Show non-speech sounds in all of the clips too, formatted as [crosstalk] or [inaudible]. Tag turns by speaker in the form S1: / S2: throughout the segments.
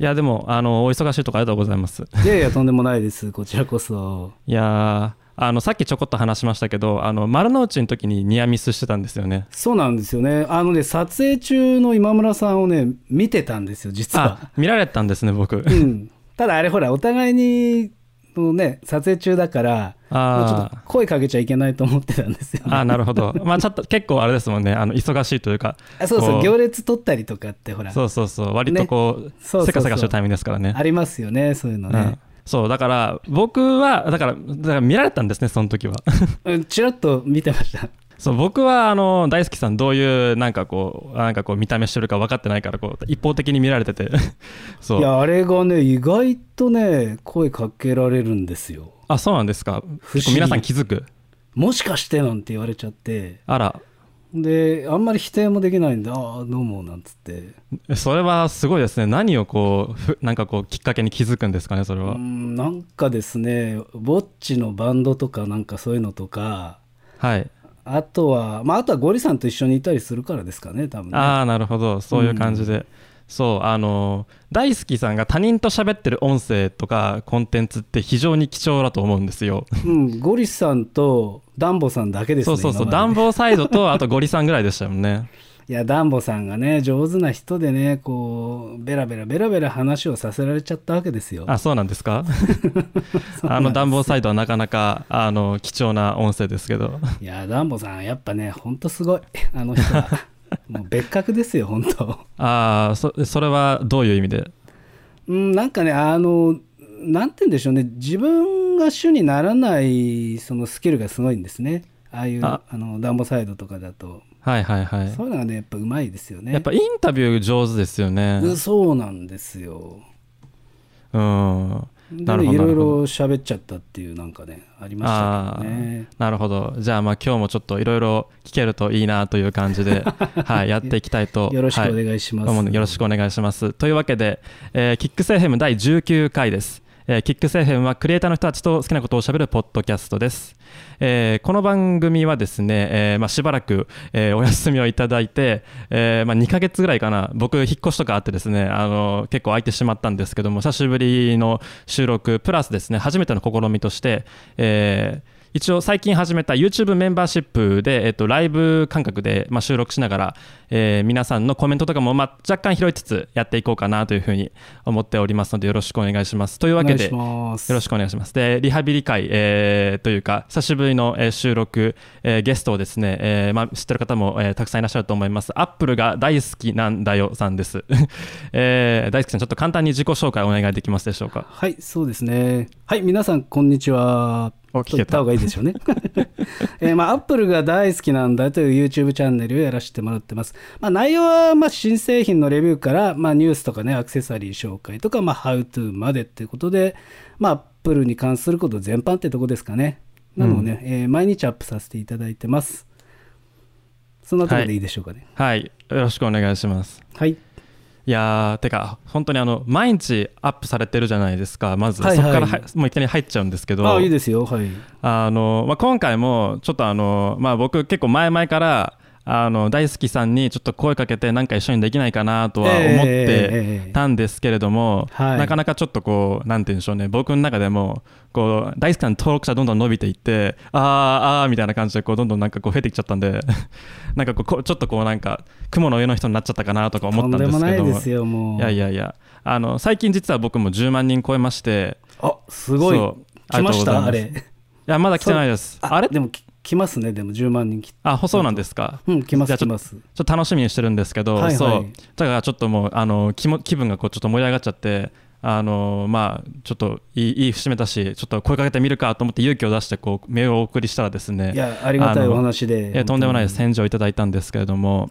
S1: いやでもあのお忙しいとこありがとうございます
S2: [laughs] いやいや、とんでもないです。こちらこそ。
S1: いやーあのさっきちょこっと話しましたけどあの丸の内の時にニアミスしてたんですよね
S2: そうなんですよね。あのね、撮影中の今村さんをね、見てたんですよ、実は。
S1: あ見られたんですね僕
S2: うん。ただあれほら、お互いに、のね、撮影中だから、もうちょっ
S1: あ
S2: と
S1: ー
S2: 声かけちゃいけないと思ってたんですよ、ね。
S1: あーなるほどまあちょっと結構あれですもんねあの忙しいというか
S2: あそうそ
S1: こ
S2: う、
S1: う
S2: 行列取ったりとかって、ほら、
S1: そうそうそう割とこう、
S2: そうそうそう
S1: せかせかしてるタイミングですからね
S2: ありますよね、そういうの
S1: うん
S2: ね。
S1: そうだから僕はだからだから見られたんですねその時は [laughs]
S2: うん、ちらっと見てました。
S1: そう僕はあの大好きさんどういうなんかこうなんかこう見た目してるか分かってないからこう一方的に見られてて [laughs] そ
S2: いうや、あれがね、意外とね、声かけられるんですよ。
S1: あそうなんですか
S2: 不思議
S1: 結構皆さん気づく
S2: もしかしてなんて言われちゃって、
S1: あら
S2: で、あんまり否定もできないんで、ああ、どうも、なんつって。
S1: それはすごいですね何をこうふなんかこうきっかけに気づくんですかねそれ
S2: う
S1: は、
S2: ん、なんかですね、ぼっちのバンドとか、なんかそういうのとか、
S1: はい
S2: あとは、まあ、あとはゴリさんと一緒にいたりするからですかね、多分ね。
S1: ああなるほどそういう感じで、そうあの大好きさんが他人と喋ってる音声とかコンテンツって非常に貴重だと思うんですよ
S2: うん、ゴリさんとダンボさんだけです
S1: そ
S2: ね。
S1: うそうそう
S2: 今
S1: 暖
S2: までね
S1: 房サイドとあとゴリさんぐらいでしたもん
S2: [laughs]
S1: ね
S2: いや、ダンボさんがね、上手な人でね、こう、ベラベラベラベラ話をさせられちゃったわけですよ。
S1: あそうなんです
S2: [laughs]
S1: かあの暖房サイドはなかなかあの貴重な音声ですけど
S2: いや、ダンボさん、やっぱね、ほんとすごい。あの人は。
S1: [laughs]
S2: もう別格ですよ、本当
S1: ああそそれはどういう意味で
S2: うん、なんかね、あの、なんて言うんでしょうね、自分が主にならない、そのスキルがすごいんですね。ああいう、あ
S1: あ
S2: の、ダンボサイドとかだと。
S1: はいはいはい、
S2: そういうのがね、やっぱうまいですよね。
S1: やっぱインタビュー上手ですよね
S2: うんそうなんですよ。
S1: うん
S2: で
S1: なる
S2: ね
S1: ほど
S2: い
S1: な
S2: ろ
S1: るほ
S2: い
S1: ど
S2: ろ喋っちゃったっていうなんかねありました
S1: あ
S2: けどね。
S1: ーなるほどじゃあまあ今日もちょっといろいろ聞けるといいなという感じ
S2: [laughs]
S1: で、はい、やっていきたいと
S2: よろしくお
S1: はい
S2: 願いします。
S1: どうもよろしくお願いします。というわけで、えーキックセーフェム第19回です。えーキックセーフェムはクリエイターの人たちと好きなことをしゃべるポッドキャストです。えーこの番組はですね、えーまあ、しばらく、えーお休みをいただいて、えーまあ、2ヶ月ぐらいかな、僕、引っ越しとかあってですね、あの結構空いてしまったんですけども、久しぶりの収録、プラスですね、初めての試みとして、えー一応最近始めた YouTube メンバーシップで、えっと、ライブ感覚で、まあ、収録しながら、えー皆さんのコメントとかも、まあ、若干拾いつつやっていこうかなというふうに思っておりますのでよろしくお願いします。という
S2: お
S1: わ
S2: 願
S1: け
S2: い
S1: で
S2: します。
S1: よろしくお願いします。で、リハビリ会、えーというか、久しぶりの、えー収録、えーゲストをですね、えーまあ、知ってる方も、えーたくさんいらっしゃると思います。アップルが大好きなんだよさんです。 [laughs] えー大好きさん、ちょっと簡単に自己紹介お願いできますでしょうか。
S2: はい、そうですね。はい、皆さん、こんにちは。
S1: お
S2: と
S1: 聞
S2: 言
S1: け
S2: った
S1: た
S2: 方。がいいでし
S1: [laughs]
S2: ょうね。えーまあ、アップルが大好きなんだという YouTube チャンネルをやらせてもらってます。まあ、内容は、まあ、新製品のレビューから、まあ、ニュースとかね、アクセサリー紹介とか、まあ、How to までっていうことで、まあ、アップルに関すること全般ってとこですかね。なのをね、えー毎日アップさせていただいてます。そんなところでいいでしょうかね。
S1: はい、よろしくお願いします。
S2: はい。
S1: いやーてか本当にあの毎日アップされてるじゃないですかまず、
S2: はいはい
S1: そこからはもういきなり入っちゃうんですけど
S2: ああ、いいですよ。はい。
S1: あの、まあ、今回もちょっとあの、まあ、僕結構前々からあの大好きさんにちょっと声かけてなんか一緒にできないかなとは思っ
S2: えー
S1: て
S2: えー
S1: たんですけれども、
S2: はい
S1: なかなかちょっとこうなんて言うんでしょうね僕の中でもこう大好きさんの登録者どんどん伸びていってあーあーみたいな感じでこうどんどんなんかこう増えてきちゃったんで [laughs] なんかこうこうちょっとこうなんか雲の上の人になっちゃったかなとか思
S2: と
S1: っ
S2: ん
S1: たん
S2: で
S1: ですけど
S2: もないですよ、もう。
S1: いやいやいやあの最近実は僕も10万人超えまして
S2: あ、すごい
S1: そう。あ
S2: 来
S1: り
S2: ま
S1: がとう
S2: し
S1: ござい
S2: た
S1: ます
S2: あれ。
S1: いやまだ来てないですあれ
S2: でもき来ますね、でも10万人き、
S1: あそうなんですか
S2: うん、来ま
S1: じゃあ
S2: す、
S1: ち
S2: 来
S1: ょっと
S2: ま
S1: ち
S2: す。
S1: ょっと楽しみにしてるんですけど、
S2: はいはい
S1: そうだからちょっともうあの気も気分がこうちょっと盛り上がっちゃってあのまあちょっといいいい節目だしちょっと声かけてみるかと思って勇気を出してこうメールをお送りしたらですね
S2: いや、ありがたい
S1: あの
S2: お話で。
S1: いやとんでもないです
S2: 本
S1: 返事をいただいたんですけれども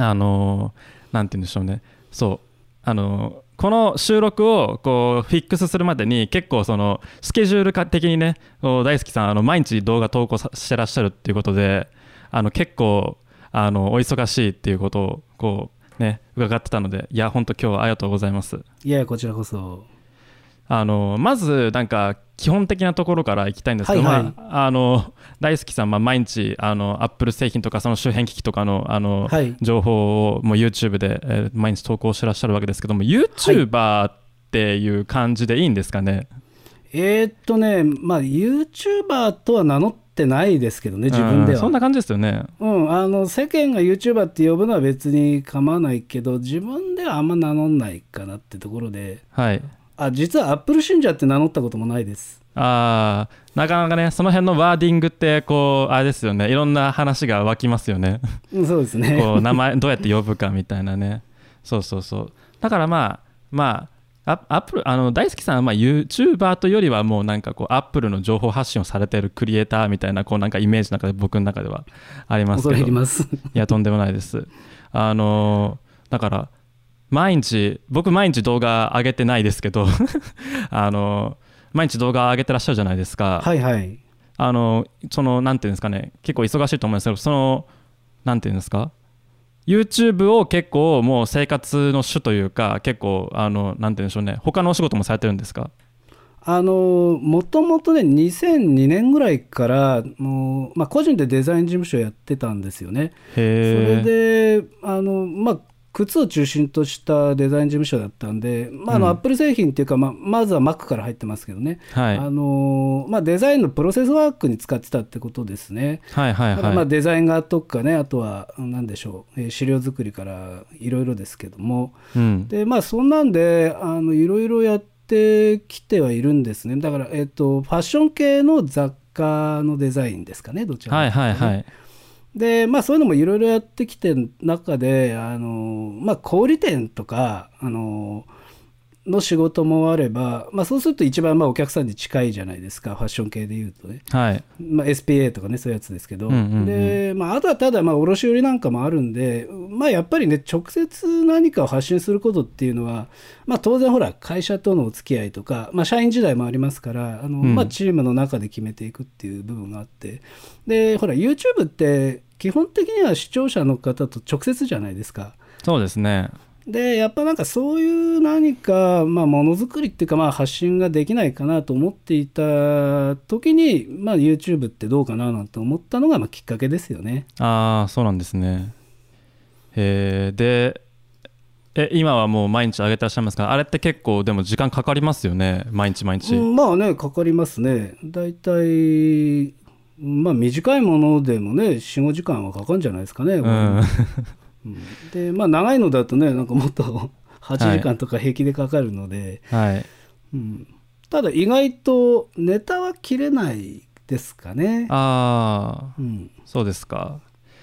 S1: あのなんて言うんでしょうねそうあのこの収録をこうフィックスするまでに結構そのスケジュール化的にねこう大好きさんあの毎日動画投稿さしてらっしゃるっていうことであの結構あのお忙しいっていうことをこうね伺ってたのでいや本当今日はありがとうございます
S2: 当にいや、こちらこそ。
S1: あのまずなんか基本的なところからいきたいんですけど、
S2: はいはい
S1: まあ、あの大好きさん、まあ、毎日あのアップル製品とかその周辺機器とかのあの、
S2: はい
S1: 情報をもう YouTube で、えー毎日投稿してらっしゃるわけですけども YouTuber っていう感じでいいんですかね、
S2: えーっとね、まあ、YouTuber とは名乗ってないですけどね、自分で
S1: うん
S2: は。
S1: そんな感じですよね
S2: うん、あの世間が YouTuber って呼ぶのは別に構わないけど自分ではあんま名乗んないかなってところで
S1: はい
S2: あ実は Apple 信者って名乗ったこともないです
S1: あーなかなかねその辺のワーディングってこうあれですよねいろんな話が湧きますよね
S2: うんそうですね
S1: こう名前どうやって呼ぶかみたいなねそうそうそうだからまあまあアアップルあの大好きさんはまあ YouTuber というよりはもうなんかこうアップルの情報発信をされてるクリエイターみたいなこうなんかイメージの中で僕の中ではあります
S2: 恐
S1: け
S2: れ入
S1: ど
S2: ります
S1: いやとんでもないですあのだから毎日僕毎日動画上げてないですけど [laughs] あの毎日動画上げてらっしゃるじゃないですか、
S2: はいはい
S1: あのそのなんていうんですかね結構忙しいと思うんですけどそのなんていうんですか YouTube を結構もう生活の主というか結構あのなんていうんでしょうね他のお仕事もされてるんですか
S2: あのもともとね2002年ぐらいからもう、まあ、個人でデザイン事務所やってたんですよねそれ
S1: へえ
S2: であの、まあ、靴を中心としたデザイン事務所だったんで、まあ、あの
S1: うん
S2: アップル製品っていうか、まあ、まずは Mac から入ってますけどね、
S1: はい
S2: あのまあ、デザインのプロセスワークに使ってたってことですね。
S1: はいはい
S2: だからま
S1: は
S2: あ
S1: い
S2: デザイン画とかね、あとは何でしょう、えー資料作りからいろいろですけども、
S1: うん
S2: でまあ、そんなんでいろいろやってきてはいるんですね、だから、えっとファッション系の雑貨のデザインですかね、どちらか
S1: はいはいはい
S2: でまあそういうのもいろいろやってきてる中であの、まあ、小売店とかあのの仕事もあれば、まあ、そうすると一番まあお客さんに近いじゃないですかファッション系でいうとね、
S1: はい
S2: まあ、SPA とかねそういうやつですけど、
S1: うんうんうん
S2: で、まあ、あとはただまあ卸売なんかもあるんで、まあ、やっぱりね直接何かを発信することっていうのは、まあ、当然ほら会社とのお付き合いとか、まあ、社員時代もありますからあの、
S1: うん
S2: まあ、チームの中で決めていくっていう部分があってでほら YouTube って基本的には視聴者の方と直接じゃないですか。
S1: そうですね
S2: でやっぱなんかそういう何か、まあ、ものづくりっていうか、まあ、発信ができないかなと思っていた時に、まあ、YouTube ってどうかななんて思ったのが、まあ、きっかけですよね。
S1: ああそうなんですねへえでえ今はもう毎日上げてらっしゃいますからあれって結構でも時間かかりますよね毎日毎日、
S2: うんまあねかかりますね。だいたいまあ短いものでもね45時間はかかるんじゃないですかね。
S1: うん、
S2: うんでまあ長いのだとねなんかもっと [laughs] 8時間とか平気でかかるので、
S1: はい
S2: うんただ意外とネタは切れないですかね。
S1: ああ
S2: うん
S1: そうですか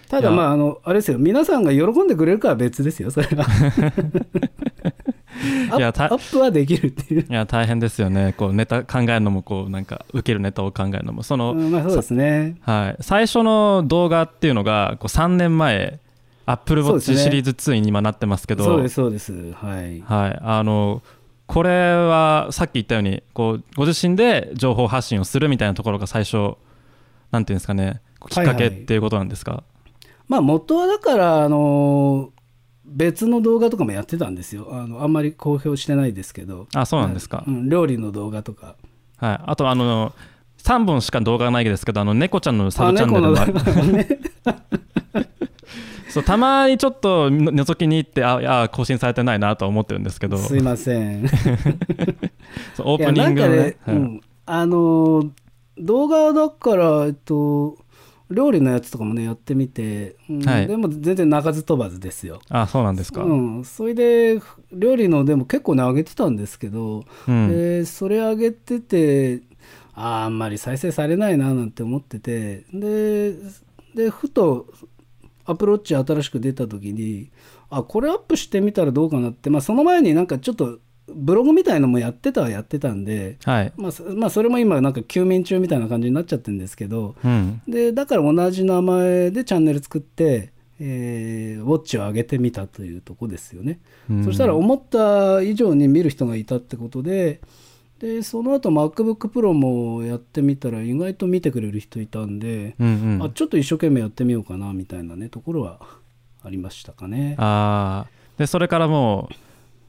S2: ただ
S1: いや
S2: まああのあれですよ皆さんが喜んでくれるかは別ですよそれは
S1: [laughs] いや
S2: アップ
S1: た
S2: アップはできるっていう、
S1: いや大変ですよねこうネタ考えるのもこうなんか受けるネタを考えるのもその、
S2: うんまあそうですね
S1: はい、最初の動画っていうのがこう3年前 AppleWatch
S2: そうですね
S1: シリーズ2に今なってますけど
S2: そうですそうですはい
S1: はい、あのこれはさっき言ったようにこうご自身で情報発信をするみたいなところが最初なんていうんですかねきっかけっていうことなんですか、
S2: まあ元はだからあの別の動画とかもやってたんですよあのあんまり公表してないですけど
S1: あそうなんですか、
S2: うん料理の動画とか
S1: はい、あとあの3本しか動画がないですけどあの猫ちゃんのサ
S2: あ
S1: ブチャンネ
S2: 猫
S1: ル
S2: の
S1: もあ
S2: 動
S1: る [laughs]
S2: 画 [laughs] ね
S1: そうたまにちょっとの覗きに行ってああ更新されてないなとは思ってるんですけど
S2: すいません
S1: そうオープニングのね
S2: いやなんかねうんあのー動画だから、えっと、料理のやつとかもねやってみて、うん
S1: はい
S2: でも全然鳴かず飛ばずですよ。
S1: あそうなんですか、
S2: うん、それで料理のでも結構ね上げてたんですけど、
S1: うん
S2: でそれ上げててあーあんまり再生されないななんて思っててででふとアプローチ新しく出た時にあこれアップしてみたらどうかなって、まあ、その前になんかちょっとブログみたいのもやってたはやってたんで、
S1: はい、
S2: まあそまあ、それも今なんか休眠中みたいな感じになっちゃってるんですけど
S1: うん、
S2: でだから同じ名前でチャンネル作って、えーウォッチを上げてみたというとこですよね。
S1: うん
S2: そしたら思った以上に見る人がいたってことで、でその後 MacBook Pro もやってみたら意外と見てくれる人いたんで、
S1: うんう
S2: あ
S1: ん、
S2: ちょっと一生懸命やってみようかなみたいなねところはありましたかね。
S1: あーでそれからもう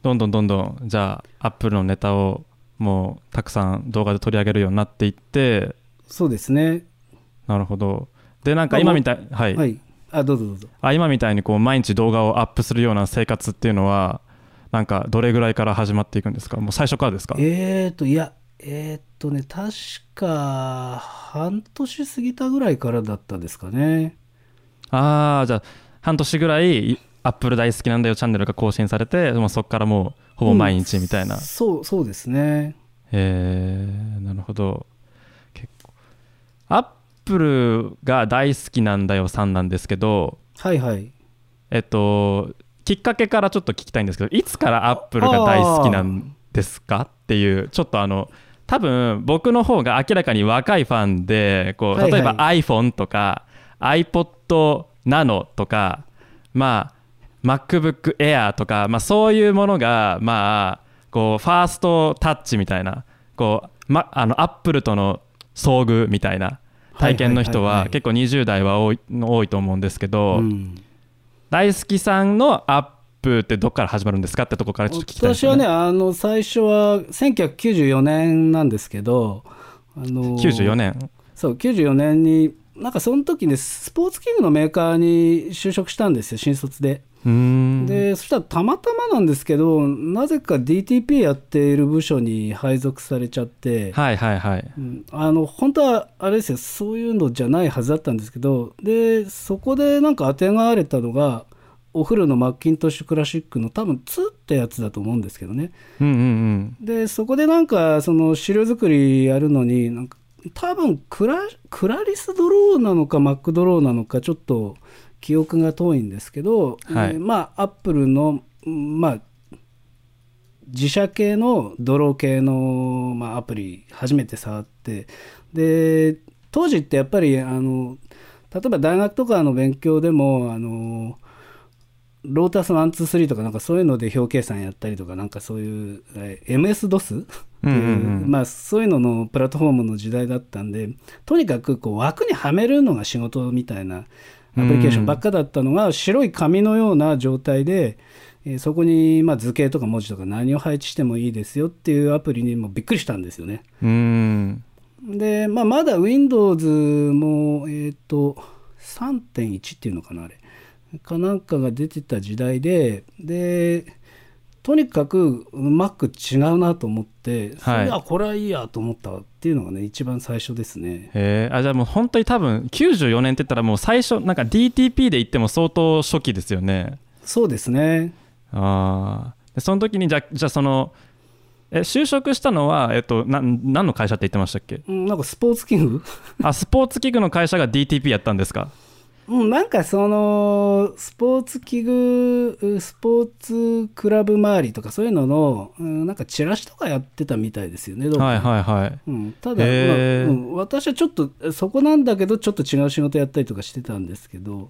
S1: どんどんどんどんじゃあアップルのネタをもうたくさん動画で取り上げるようになっていって
S2: そうですね。
S1: なるほどでなんか今みたい、はい
S2: はい。あ、どうぞどうぞ。
S1: あ今みたいにこう毎日動画をアップするような生活っていうのはなんかどれぐらいから始まっていくんですかもう最初からですか
S2: えーと、いや、えーとね、確か、半年過ぎたぐらいからだったですかね。
S1: ああじゃあ半年ぐらいアップル大好きなんだよチャンネルが更新されてもうそこからもうほぼ毎日みたいな、
S2: うんそう、そうですね。
S1: えーなるほど結構アップルが大好きなんだよさんなんですけど
S2: はいはい。
S1: えっときっかけからちょっと聞きたいんですけどいつからアップルが大好きなんですかっていうちょっとあの多分僕の方が明らかに若いファンでこう
S2: はいは
S1: 例
S2: い
S1: えば iPhone とか iPod Nano とかまあ MacBook Air とか、まあ、そういうものがまあこうファーストタッチみたいなこう、ま、あのアップルとの遭遇みたいな体験の人
S2: はいはいはいは
S1: はい結構20代は多い多いと思うんですけど、
S2: うん
S1: 大好きさんのアップってどっから始まるんですかってとこからちょっと聞きたいです
S2: 私はね、あの、最初は1994年なんですけど、あの
S1: 94年
S2: そう、94年に、なんかその時ね、スポーツ器具のメーカーに就職したんですよ、新卒で。
S1: うーん
S2: でそしたらたまたまなんですけどなぜか DTP やっている部署に配属されちゃって、
S1: はいはいはい
S2: うんあの本当はあれですよそういうのじゃないはずだったんですけどでそこでなんか当てがわれたのがお風呂のマッキントッシュクラシックの多分2ってやつだと思うんですけどね
S1: うんうんうん
S2: でそこでなんかその資料作りやるのになんか多分クラクラリスドローなのかマックドローなのかちょっと記憶が遠いんですけ
S1: は
S2: ど、
S1: い
S2: えーまあアップルのうんまあ自社系のドロー系の、まあ、アプリ初めて触ってで当時ってやっぱりあの例えば大学とかの勉強でもあのロータス123とかなんかそういうので表計算やったりとかなんかそういうえー MS-DOS って
S1: うんう
S2: い
S1: ん
S2: う、
S1: うん
S2: まあ、そういうののプラットフォームの時代だったんでとにかくこう枠にはめるのが仕事みたいなアプリケーションばっかだったのが、白い紙のような状態で、えーそこにまあ図形とか文字とか何を配置してもいいですよっていうアプリにもうびっくりしたんですよね。
S1: うーん
S2: で、まあ、まだ Windows も、えっ、と、3.1っていうのかな、あれ。かなんかが出てた時代で、で、とにかく Mac 違うなと思って、そ
S1: はい
S2: れあこれはいいやと思ったっていうのがね、一番最初ですね。
S1: へえあじゃあもう本当に多分94年って言ったらもう最初なんか DTP で言っても相当初期ですよね
S2: そうですね。
S1: ああでその時にじゃじゃあそのえ就職したのは、えっと、な何の会社って言ってましたっけ
S2: うんなんかスポーツ器具 [laughs]
S1: あスポーツ器具の会社が DTP やったんですか
S2: うん、なんかその、スポーツ器具、スポーツクラブ周りとかそういうのの、うんなんかチラシとかやってたみたいですよね、どうも
S1: はいはいはい
S2: うん、ただ、まあ
S1: へー
S2: うん、私はちょっとそこなんだけどちょっと違う仕事やったりとかしてたんですけど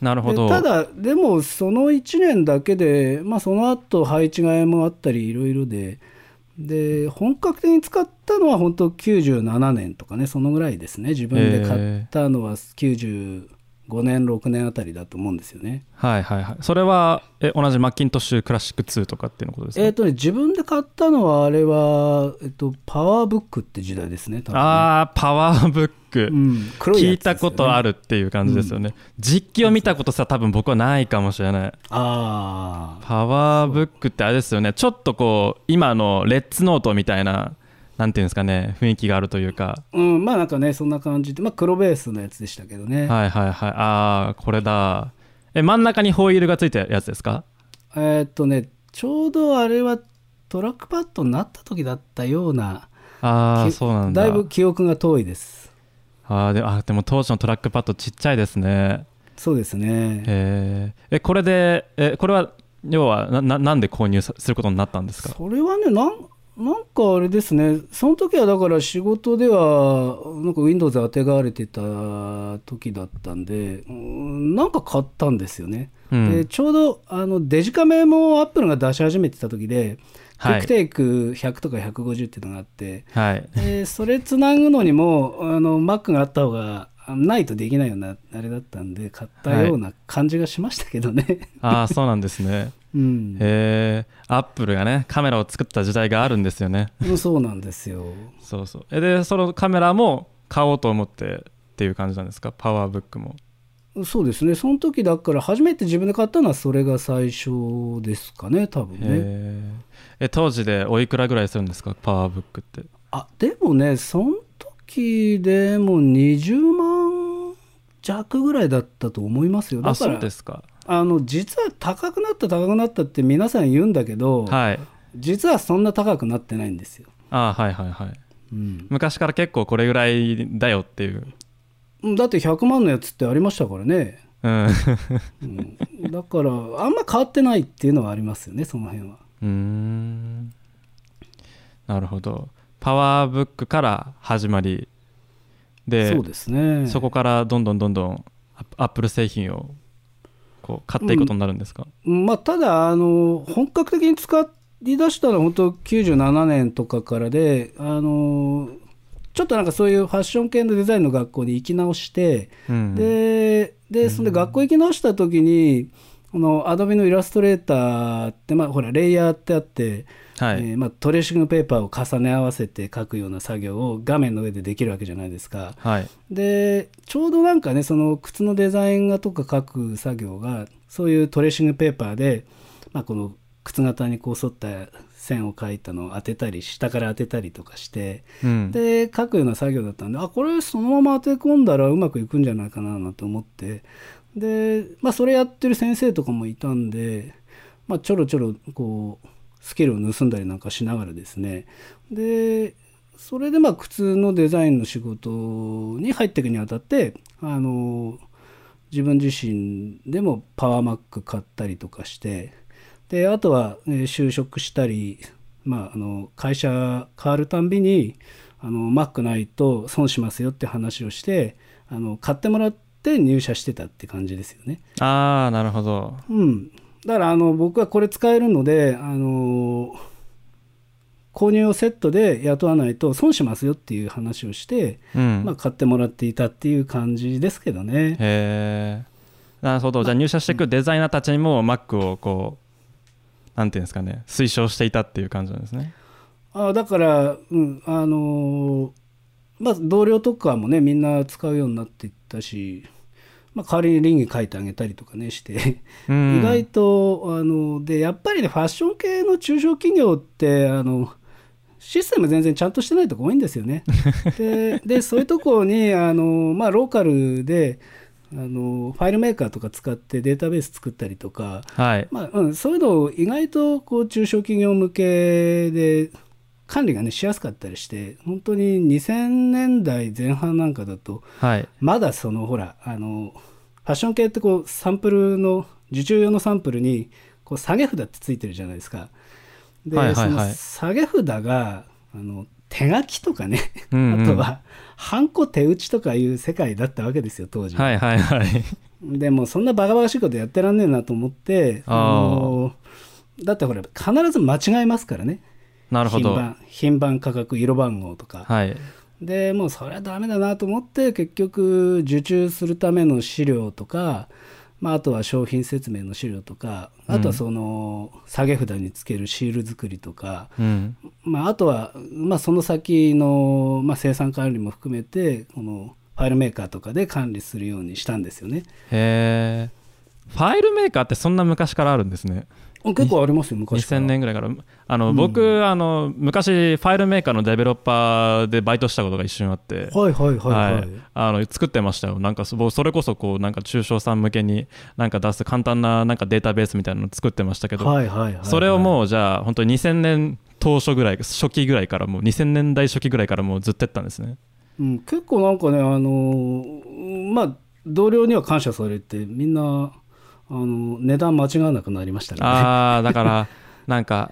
S1: なるほ
S2: で
S1: ど
S2: ただでもその1年だけで、まあ、その後配置替えもあったりいろいろでで本格的に使ったのは本当97年とかねそのぐらいですね自分で買ったのは95年6年あたりだと思うんですよね。
S1: はいはいはいそれはえ同じマッキントッシュクラシック2とかっていうことですか、
S2: えっ、とね自分で買ったのはあれは、えっと、パワーブックって時代ですね多分ね
S1: あーパワーブック、
S2: うん、黒
S1: 聞
S2: や
S1: い
S2: つです
S1: た
S2: よ
S1: こ
S2: ね
S1: とあるっていう感じですよね、実機を見たことさ多分僕はないかもしれない
S2: ああ
S1: パワーブックってあれですよねちょっとこう今のレッツノートみたいななんていうんですかね雰囲気があるというか
S2: うんまあなんかねそんな感じでまあ黒ベースのやつでしたけどね、
S1: はいはいはいああこれだえ真ん中にホイールがついてるやつですか
S2: えーっとねちょうどあれはトラックパッドになった時だったような
S1: ああ
S2: き
S1: そうなんだ
S2: いぶ記憶が遠いです
S1: あーであーでも当時のトラックパッドちっちゃいですね
S2: そうですね
S1: へーえこれでえこれは要はなななんで購入さすることになったんですか
S2: それはねなんなんかあれですねその時はだから仕事ではなんか Windows 当てがわれてた時だったんでうんなんか買ったんですよね
S1: うん
S2: でちょうどあのデジカメもアップルが出し始めてた時で、
S1: はい
S2: クイックテイク100とか150っていうのがあって、
S1: はい
S2: でそれつなぐのにもあの Mac があった方があないとできないようなあれだったんで買ったような感じがしましたけどね、
S1: ああそうなんですね
S2: [laughs] うん
S1: へえアップルがねカメラを作った時代があるんですよね
S2: そうなんですよ
S1: そうそうえでそのカメラも買おうと思ってっていう感じなんですかパワーブックも
S2: そうですねその時だから初めて自分で買ったのはそれが最初ですかね多分ね
S1: へええ当時でおいくらぐらいするんですかパワーブックって
S2: あでもねその時でも20万弱ぐらいだったと思いますよだ
S1: あ
S2: か
S1: そう
S2: ら
S1: ですか
S2: あの実は高くなった高くなったって皆さん言うんだけど、
S1: はい
S2: 実はそんな高くなってないんですよ、
S1: あーはいはいはい
S2: うん、
S1: 昔から結構これぐらいだよっていう
S2: だって100万のやつってありましたからね、
S1: うんう
S2: うん、だからあんま変わってないっていうのはありますよねその辺は
S1: ーんなるほどパワーブックから始まりで
S2: そうですね
S1: そこからどんどんどんどんアップアップル製品をこう買っていくことになるんですか、
S2: まあ、ただあの、本格的に使い出したのは本当、97年とかからであの、ちょっとなんかそういうファッション系のデザインの学校に行き直して、
S1: うん
S2: ででそれで学校行き直した時に、このアドビのイラストレーターって、まあ、ほら、レイヤーってあって、
S1: はい、
S2: えーまあ、トレーシングペーパーを重ね合わせて書くような作業を画面の上でできるわけじゃないですか。
S1: はい
S2: でちょうどなんかねその靴のデザイン画とか書く作業がそういうトレーシングペーパーで、まあ、この靴型にこう沿った線を描いたのを当てたり下から当てたりとかして
S1: うん、
S2: で書くような作業だったんであこれそのまま当て込んだらうまくいくんじゃないかななんて思ってで、まあ、それやってる先生とかもいたんで、まあ、ちょろちょろこうスキルを盗んだりなんかしながらですねでそれでまあ靴のデザインの仕事に入っていくにあたってあの自分自身でもパワーマック買ったりとかしてであとは、えー就職したり、まあ、あの会社変わるたんびにあの Mac ないと損しますよって話をしてあの買ってもらって入社してたって感じですよね。
S1: ああなるほど
S2: うん、だからあの僕はこれ使えるので、あの購入をセットで雇わないと損しますよっていう話をして、
S1: うん、
S2: まあ、買ってもらっていたっていう感じですけどね。
S1: へえなるほどじゃあ入社していくデザイナーたちにも Mac をこうなんていうんですかね推奨していたっていう感じなんですね
S2: あだから、うんあのーまあ、同僚とかもねみんな使うようになっていったし、まあ、代わりに倫理書いてあげたりとかねして、
S1: うん
S2: 意外とあのでやっぱりねファッション系の中小企業ってあのシステム全然ちゃんとしてないとこ多いんですよね。
S1: [laughs]
S2: ででそういうとこにあの、まあ、ローカルであのファイルメーカーとか使ってデータベース作ったりとか、
S1: はい
S2: まあうん、そういうのを意外とこう中小企業向けで管理が、ね、しやすかったりして本当に2000年代前半なんかだと
S1: はい
S2: まだそのほらあのファッション系ってこうサンプルの受注用のサンプルにこう下げ札ってついてるじゃないですか。で、
S1: はいはいはい
S2: その下げ札があの手書きとかね、
S1: うんうん
S2: あとはハンコ手打ちとかいう世界だったわけですよ当時。
S1: はいはいはい
S2: でもうそんなバカバカしいことやってらんねえなと思って、
S1: あー
S2: のだってほら必ず間違えますからね
S1: [laughs] なるほど
S2: 品番品番価格色番号とか、
S1: はい
S2: でもうそれはダメだなと思って結局受注するための資料とか、まあ、あとは商品説明の資料とかあとはその下げ札につけるシール作りとか、
S1: うん
S2: まあ、あとは、まあ、その先の、まあ、生産管理も含めてこのファイルメーカーとかで管理するようにしたんですよね。
S1: へえファイルメーカーってそんな昔からあるんですね
S2: 結構ありますよ昔から
S1: 2000年ぐらいからあの、僕あの昔ファイルメーカーのデベロッパーでバイトしたことが一瞬あって
S2: はいはいはいはい、
S1: あの作ってましたよなんかそそれこそこうなんか中小さん向けになんか出す簡単ななんかデータベースみたいなの作ってましたけど、
S2: はいはいはいはい
S1: それをもうじゃあ本当に2000年当初ぐらい初期ぐらいからもう2000年代初期ぐらいからもうずっとやったんですね
S2: うん、結構なんかねあのーまあ同僚には感謝されてみんなあの値段間違わなくなりましたね
S1: ああだからなんか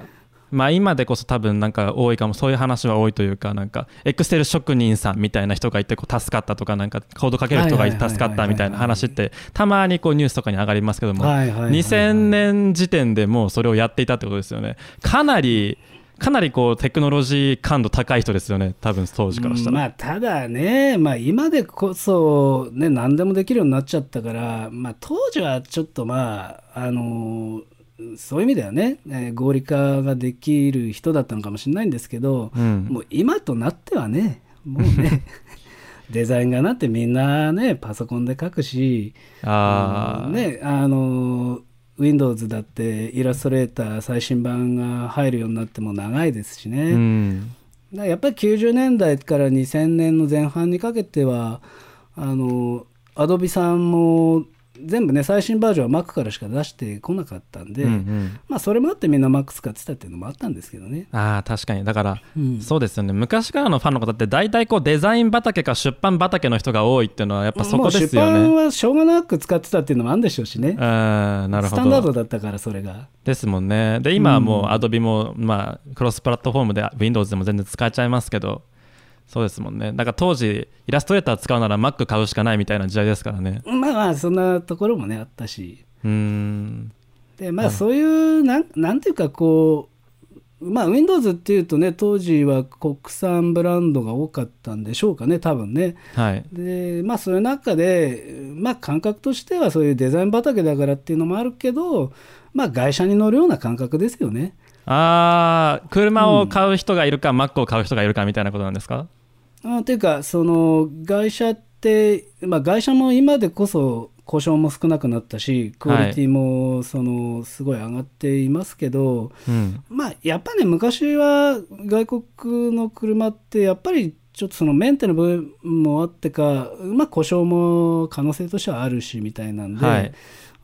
S1: まあ今でこそ多分なんか多いかもそういう話は多いというかなんかエクセル職人さんみたいな人がいてこう助かったとかなんかコードかける人がいて助かったみたいな話ってたまにこうニュースとかに上がり
S2: [laughs]
S1: ますけども
S2: はいはいはいはい
S1: 2000年時点でもうそれをやっていたってことですよねかなりかなりこうテクノロジー感度高い人ですよね多分当時からしたら、
S2: まあ、ただね、まあ、今でこそ、ね、何でもできるようになっちゃったから、まあ、当時はちょっとまあ、あのーそういう意味ではね、えー合理化ができる人だったのかもしれないんですけど、
S1: うん
S2: もう今となってはね、もう
S1: [laughs]
S2: ね、デザインがなってみんなね、パソコンで書くし、
S1: ああ、
S2: ね、あのー Windows だってイラストレーター最新版が入るようになっても長いですしね。
S1: うん、
S2: だからやっぱり90年代から2000年の前半にかけてはあのアドビさんも全部ね最新バージョンは Mac からしか出してこなかったんで、
S1: うんうん
S2: まあそれもあってみんな Mac 使ってたっていうのもあったんですけどね。
S1: ああ確かにだから、
S2: うん
S1: そうですよね昔からのファンの方って大体こうデザイン畑か出版畑の人が多いっていうのはやっぱそ
S2: も
S1: こ
S2: う
S1: です
S2: 出
S1: よ
S2: 版
S1: ね
S2: はしょうがなく使ってたっていうのもあるんでしょうしね。
S1: うんなる
S2: ス
S1: ほ
S2: タンダード
S1: ど
S2: だったからそれが。
S1: ですもんねで今はもう Adobe も、まあ、クロスプラットフォームで Windows でも全然使えちゃいますけどそうですもんねだから当時イラストレーター使うなら Mac 買うしかないみたいな時代ですからね
S2: まあまあそんなところもねあったし。
S1: うん
S2: でまあそういうなんなんていうかこうまあ Windows っていうとね当時は国産ブランドが多かったんでしょうかね多分ね
S1: はい
S2: でまあそういう中でまあ感覚としてはそういうデザイン畑だからっていうのもあるけどまあ外車に乗るような感覚ですよね
S1: ああ車を買う人がいるか、Mac を買う人がいるかみたいなことなんですか
S2: あっていうかその外車って、まあ、外車も今でこそ故障も少なくなったしクオリティもそのすごい上がっていますけど、
S1: うん
S2: まあやっぱね昔は外国の車ってやっぱりちょっとそのメンテの部分もあってか、まあ、故障も可能性としてはあるしみたいなんで、
S1: はい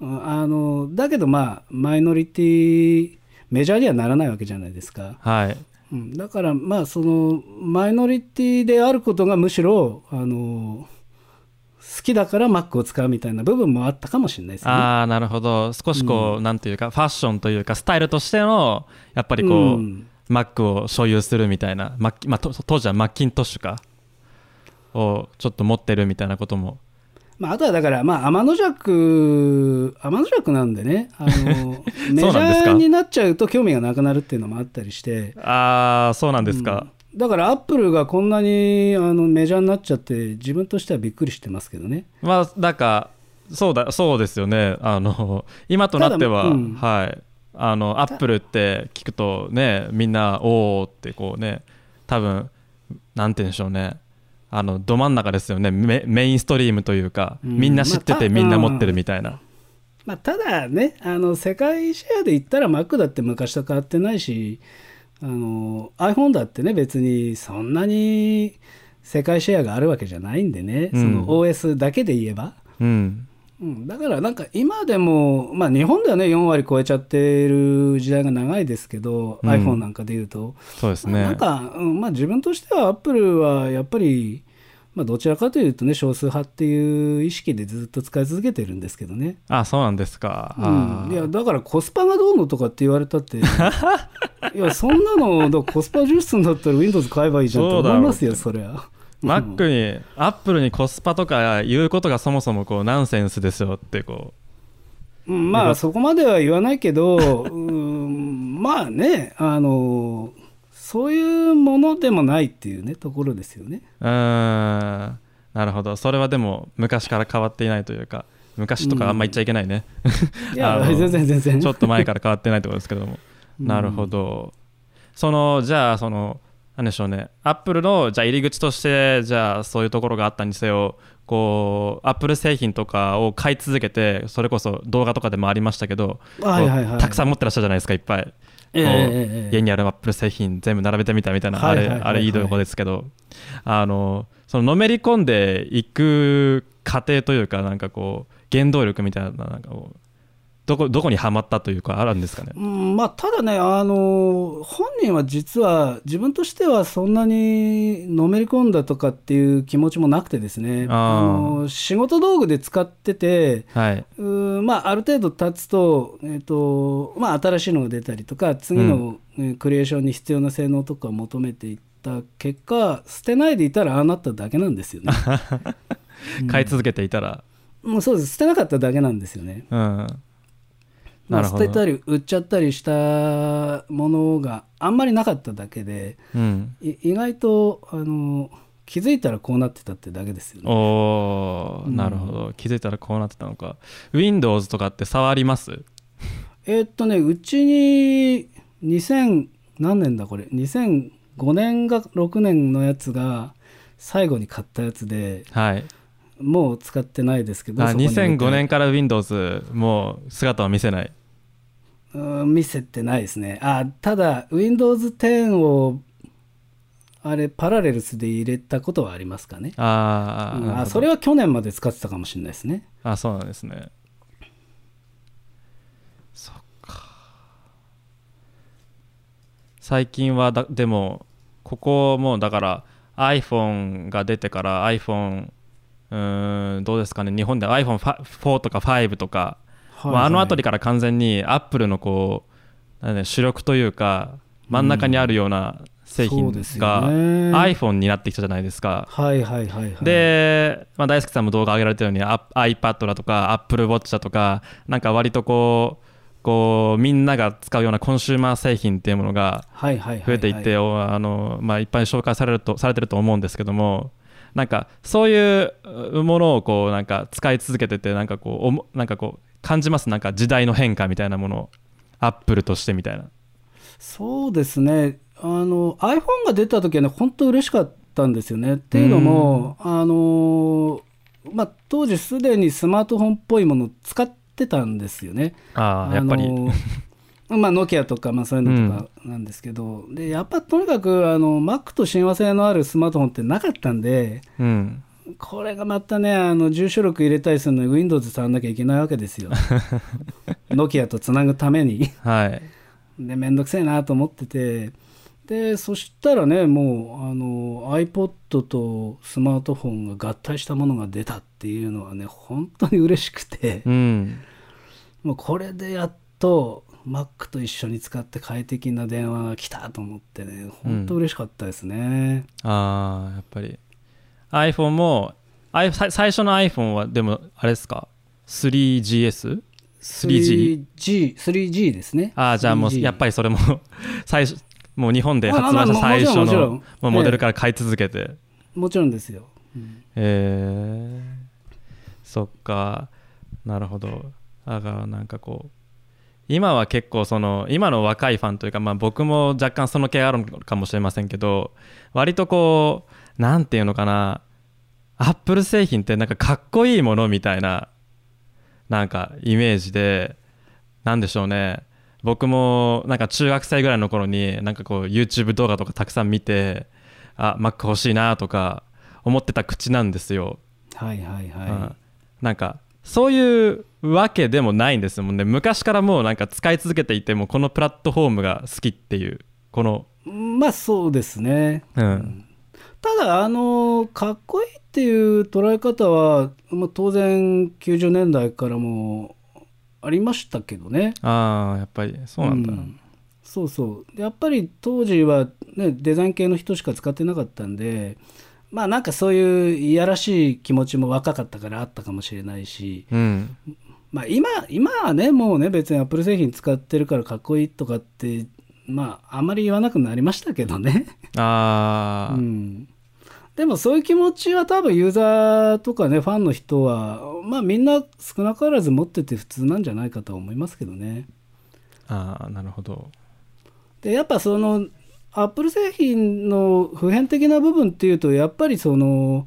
S2: うんあのだけどまあマイノリティメジャーにはならないわけじゃないですか、
S1: はい
S2: うん、だからまあそのマイノリティであることがむしろあの好きだから Mac を使うみたいな部分もあったかもしれないですね。
S1: ああなるほど少しこう、なんていうかファッションというかスタイルとしてのやっぱりこう、
S2: うん
S1: マックを所有するみたいなマッキまあ、と当時はマッキントッシュかをちょっと持ってるみたいなことも
S2: まあ、あとはだから、まあ、天の弱、天の弱なんでね、
S1: [laughs]
S2: あのメジ
S1: そうなんです
S2: ャ
S1: か
S2: ーになっちゃうと興味がなくなるっていうのもあったりして、
S1: ああそうなんですか、
S2: だからアップルがこんなにあのメジャーになっちゃって、自分としてはびっくりしてますけどね。
S1: まあなんかそうだそうですよねあの今となっては、
S2: ただうん
S1: はいあのアップルって聞くとねみんなおおってこうね多分なんて言うんでしょうねあのど真ん中ですよねメメインストリームというか、
S2: うん
S1: みんな知って
S2: まあ
S1: て
S2: た
S1: みんな持ってるみたいな、
S2: まあ、ただね、あの世界シェアで言ったら、マックだって昔と変わってないし、あの iPhone だってね、別にそんなに世界シェアがあるわけじゃないんでね、
S1: うん
S2: その OS だけで言えば。
S1: うん
S2: うん、だからなんか今でも、まあ、日本ではね4割超えちゃってる時代が長いですけど、
S1: うん
S2: iPhone なんかでいうと、
S1: そうです
S2: まあ
S1: ね
S2: なんか、うんまあ、自分としてはアップルはやっぱり、まあ、どちらかというとね少数派っていう意識でずっと使い続けてるんですけどね、
S1: あそうなんですか、
S2: う
S1: あ
S2: ん、
S1: ー
S2: いやだからコスパがどうのとかって言われたって
S1: [laughs]
S2: いやそんなのだからコスパ重視するんだったら Windows 買えばいいじゃんと思いますよそりゃ。
S1: マックに、アップルにコスパとか言うことがそもそもこうナンセンスですよってこ
S2: うんまあそこまでは言わないけどう
S1: [laughs]
S2: ーんまあねあのそういうものでもないっていうねところですよね。
S1: ううーんなるほどそれはでも昔から変わっていないというか昔とかあんま言っちゃいけないね、
S2: い
S1: [laughs]
S2: や
S1: あの
S2: 全然全然。
S1: ちょっと前から変わってないってことですけども
S2: うん
S1: なるほどそのじゃあそのなんでしょうねアップルのじゃあ入り口としてじゃあそういうところがあったにせよこうアップル製品とかを買い続けてそれこそ動画とかでもありましたけど、
S2: はいはいはい
S1: こうたくさん持ってらっしゃるじゃないですかいっぱい
S2: ええ
S1: こう
S2: ええ
S1: 家にあるアップル製品全部並べてみたみたいな、
S2: はいはいはいはい
S1: あれあれいいとこですけどあのそののめり込んでいく過程というかなんかこう原動力みたいななんかこうどこどこにはまったというかあるんですかね
S2: うんまあ、ただね、あの本人は実は自分としてはそんなにのめり込んだとかっていう気持ちもなくてですね
S1: あ
S2: あ
S1: ー
S2: の仕事道具で使ってて
S1: はいう
S2: ーんまあ、ある程度経つと,、えーとまあ、新しいのが出たりとか次のえークリエーションに必要な性能とかを求めていった結果捨てないでいたらああなっただけなんです
S1: [laughs]
S2: よね
S1: 買い続けていたら
S2: もうそうです捨てなかっただけなんですよね
S1: うん、
S2: まあ、
S1: なるほ
S2: 捨
S1: ど
S2: てたり売っちゃったりしたものがあんまりなかっただけで
S1: うん。
S2: い意外とあの気づいたらこうなってたってだけですよね。
S1: おー
S2: うん
S1: なるほど。気づいたらこうなってたのか。Windows とかって触ります
S2: えーっとねうちに2000何年だこれ2005年が6年のやつが最後に買ったやつで
S1: はい。
S2: もう使ってないですけど
S1: あ
S2: そこに置いてある
S1: 2005年から Windows もう姿を見せない。
S2: うーん見せてないですね。あただ、Windows 10をあれ、パラレルスで入れたことはありますかね。
S1: あー
S2: う
S1: なる
S2: ん
S1: ほ
S2: あ
S1: ど
S2: それは去年まで使ってたかもしれないですね。
S1: あそうなんですねそっか最近はだでもここもうだから iPhone が出てから iPhone うーんどうですかね日本で iPhone4 とか5とか、
S2: はい
S1: まあ、あの
S2: はい
S1: 辺りから完全に Apple のこうなんだろう主力というか真ん中にあるような製
S2: そ
S1: 品
S2: うです
S1: が
S2: よね
S1: iPhone になってきたじゃないですか。
S2: はいはいはいはい。、
S1: で、まあ、大輔さんも動画上げられたようにア iPad だとか AppleWatch だとかなんか割とこうこうみんなが使うようなコンシューマー製品っていうものが
S2: はいはいはいはい
S1: 増えていって、おあのまあ、一般に紹介されるとされてると思うんですけどもなんかそういううものをこうなんか使い続けててなんかこうおもなんかこう感じますなんか時代の変化みたいなものを Apple としてみたいな。
S2: そうですね。あの、iPhone が出た時はね、本当嬉しかったんですよね。っていうのも、あの、まあ、当時すでにスマートフォンっぽいものを使ってたんですよね。
S1: ああやっぱり、
S2: あの
S1: [laughs]
S2: まあ、ノキアとか、まあ、そういうのとかなんですけど、でやっぱとにかくあの Mac と親和性のあるスマートフォンってなかったんで
S1: うん、
S2: これがまたねあの住所録入れたりするのに Windows 触んなきゃいけないわけで
S1: [laughs]
S2: すよノキアとつなぐために
S1: はい
S2: で面倒くせえなと思っててでそしたらねもうあの iPod とスマートフォンが合体したものが出たっていうのはね本当に嬉しくて
S1: うん
S2: もうこれでやっと Mac と一緒に使って快適な電話が来たと思ってね本当嬉しかったですね、
S1: ああやっぱり iPhone もあいさ最初の iPhone はでもあれですか 3GS? 3G
S2: ?3G3G ですね
S1: ああじゃあもうやっぱ
S2: り
S1: りそれも最初もう日本で発売した最初
S2: もちろん
S1: の
S2: も
S1: ま
S2: ちろ
S1: あ
S2: ん
S1: モデルから買い続けて
S2: らもちろんですよ、うん
S1: えーそっかなるほどだからなんかこう今は結構その今の若いファンというか、まあ、僕も若干その系あるのかもしれませんけど割とこうなんていうのかなアップル製品ってなんかかっこいいものみたいななんかイメージでなんでしょうね僕もなんか中学生ぐらいの頃になんかこう YouTube 動画とかたくさん見てあ Mac 欲しいなとか思ってた口なんですよ、
S2: はいはいはい、
S1: うんなんかそういうわけでもないんですもんね昔からもうなんか使い続けていてもこのプラットフォームが好きっていうこの
S2: まあそうですね
S1: うん
S2: ただあのかっこいいっていう捉え方は、まあ、当然90年代からもありましたけどね
S1: ああやっぱりそうなんだ、
S2: うんそうそうでやっぱり当時は、ね、デザイン系の人しか使ってなかったんでまあなんかそういういやらしい気持ちも若かったからあったかもしれないし、
S1: うん
S2: まあ、今今はねもうね別にアップル製品使ってるからかっこいいとかってまああまり言わなくなりましたけどね、
S1: ああ、
S2: うん、でもそういう気持ちは多分ユーザーとかねファンの人はまあみんな少なからず持ってて普通なんじゃないかとは思いますけどね。
S1: ああなるほど
S2: でやっぱそのアップル製品の普遍的な部分っていうとやっぱりその、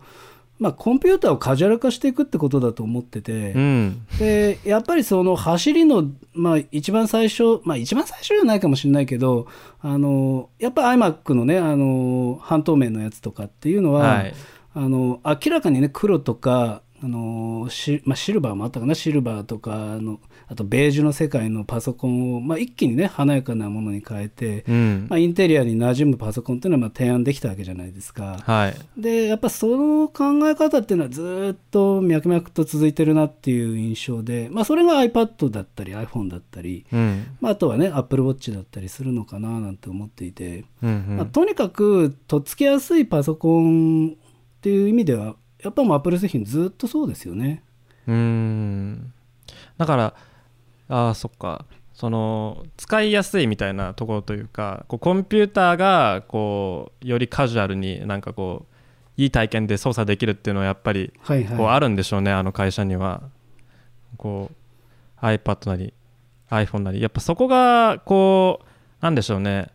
S2: まあ、コンピューターをカジュアル化していくってことだと思ってて、
S1: うん
S2: でやっぱりその走りの、まあ、一番最初、まあ、一番最初じゃないかもしれないけどあのやっぱ iMac のねあの半透明のやつとかっていうのは、
S1: はい
S2: あの明らかにね黒とかあのしまあ、シルバーもあったかなシルバーとかあのあとベージュの世界のパソコンを、まあ、一気にね華やかなものに変えて、
S1: うん
S2: まあ、インテリアに馴染むパソコンっていうのはまあ提案できたわけじゃないですか。
S1: はい
S2: でやっぱその考え方っていうのはずっと脈々と続いてるなっていう印象で、まあ、それが iPad だったり iPhone だったり、
S1: うん
S2: まあ、あとはね AppleWatch だったりするのかななんて思っていて、
S1: うんうん
S2: まあ、とにかくとっつきやすいパソコンっていう意味ではやっぱもう Apple 製品ずっとそうですよね。
S1: うーんだからああそっかその使いやすいみたいなところというかこうコンピューターがこうよりカジュアルになんかこういい体験で操作できるっていうのはやっぱり
S2: はい
S1: こう
S2: は
S1: あるんでしょうね、あの会社にはこう iPad なり iPhone なりやっぱそこがこうなんでしょうね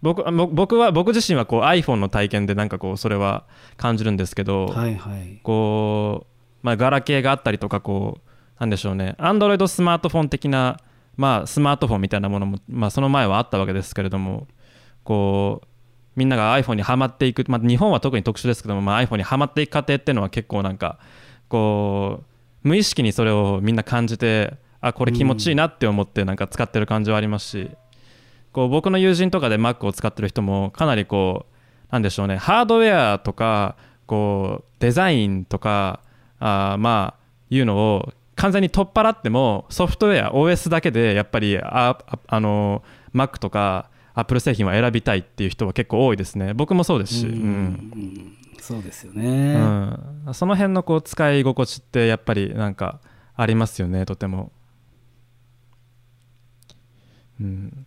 S1: 僕あ僕僕は僕自身はこう iPhone の体験でなんかこうそれは感じるんですけど、
S2: い。はいはい。
S1: こう、まあ、ガラケーがあったりとかこうなんでしょうねアンドロイドスマートフォン的な、まあ、スマートフォンみたいなものも、まあ、その前はあったわけですけれどもこうみんなが iPhone にはまっていく、まあ、日本は特に特殊ですけども、まあ、iPhone にはまっていく過程っていうのは結構なんかこう無意識にそれをみんな感じてあこれ気持ちいいなって思ってなんか使ってる感じはありますし、こう僕の友人とかで Mac を使ってる人もかなりこうなんでしょうねハードウェアとかこうデザインとかあーまあいうのを完全に取っ払ってもソフトウェア OS だけでやっぱりあああの Mac とか Apple 製品は選びたいっていう人は結構多いですね僕もそうですし、
S2: うん
S1: うん
S2: そうですよ
S1: う
S2: ね。
S1: ん、その辺のこう使い心地ってやっぱりなんかありますよねとても、うん、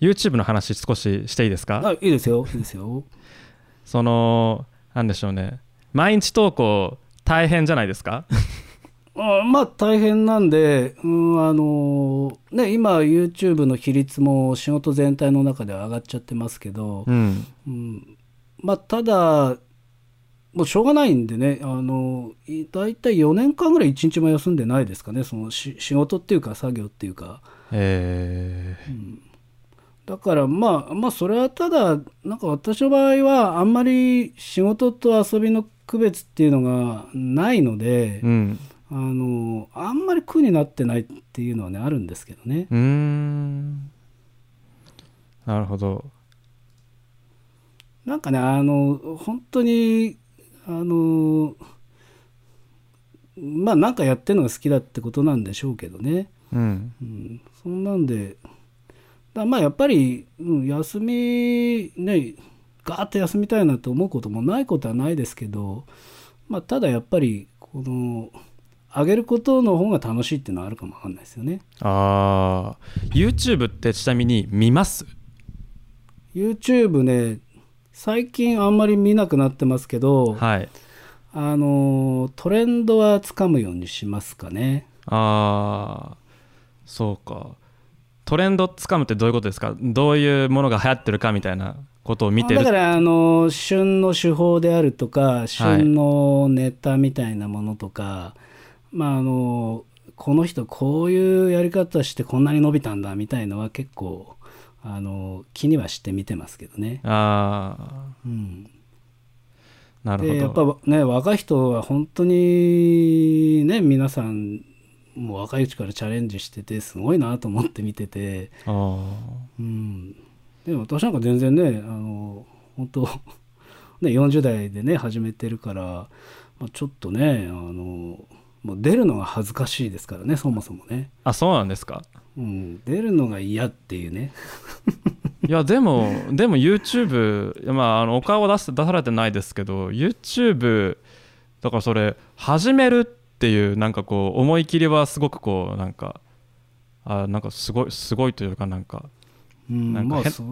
S1: YouTube の話少ししていいですか
S2: あ、いいですよ。いいですよ。
S1: そのなんでしょうね毎日投稿大変じゃないですか
S2: あまあ大変なんで、うんあのーね、今 YouTube の比率も仕事全体の中では上がっちゃってますけど、
S1: うん
S2: うんまあ、ただもうしょうがないんでね、あのーい大体4年間ぐらい一日も休んでないですかねそのし仕事っていうか作業っていうか。
S1: えー
S2: だからまあまあそれはただなんか私の場合はあんまり仕事と遊びの区別っていうのがないので、
S1: うん
S2: あのあんまり苦になってないっていうのはねあるんですけどね。
S1: うーんなるほど
S2: なんかねあの本当にあのまあなんかやってるのが好きだってことなんでしょうけどね。
S1: うん
S2: うん、そんなんでだまあやっぱり、うん、休みねガーッと休みたいなと思うこともないことはないですけど、まあ、ただやっぱりこの上げることの方が楽しいっていうのはあるかもわかんないですよね。
S1: あー YouTube ってちなみに見ます
S2: YouTube ね最近あんまり見なくなってますけど、
S1: はい
S2: あのトレンドはつかむようにしますかね
S1: ああそうかトレンドつかむってどういうことですかどういうものが流行ってるかみたいなことを見て
S2: だか
S1: る
S2: らあの旬の手法であるとか旬のネタみたいなものとか、まああのこの人こういうやり方してこんなに伸びたんだみたいのは結構あの気にはして見てますけどね。
S1: あ
S2: うん、
S1: あな
S2: で
S1: る
S2: や
S1: ほ
S2: っ
S1: ど
S2: ぱね若い人は本当にね皆さんもう若いうちからチャレンジしててすごいなと思って見てて。
S1: あー
S2: うん、でも私なんか全然ねあの本当 [laughs] ね40代でね始めてるから、まあ、ちょっとねあのもう出るのが恥ずかしいですからねそもそもね、
S1: あそうなんですか
S2: うん、出るのが嫌っていうね
S1: いやでもでも YouTube まああのお顔は出す出されてないですけど YouTube だからそれ始めるっていうなんかこう思い切りはすごくこうなんかあーなんかすごいすごいというかなんか
S2: うん
S1: なんか
S2: まあ
S1: 変
S2: それ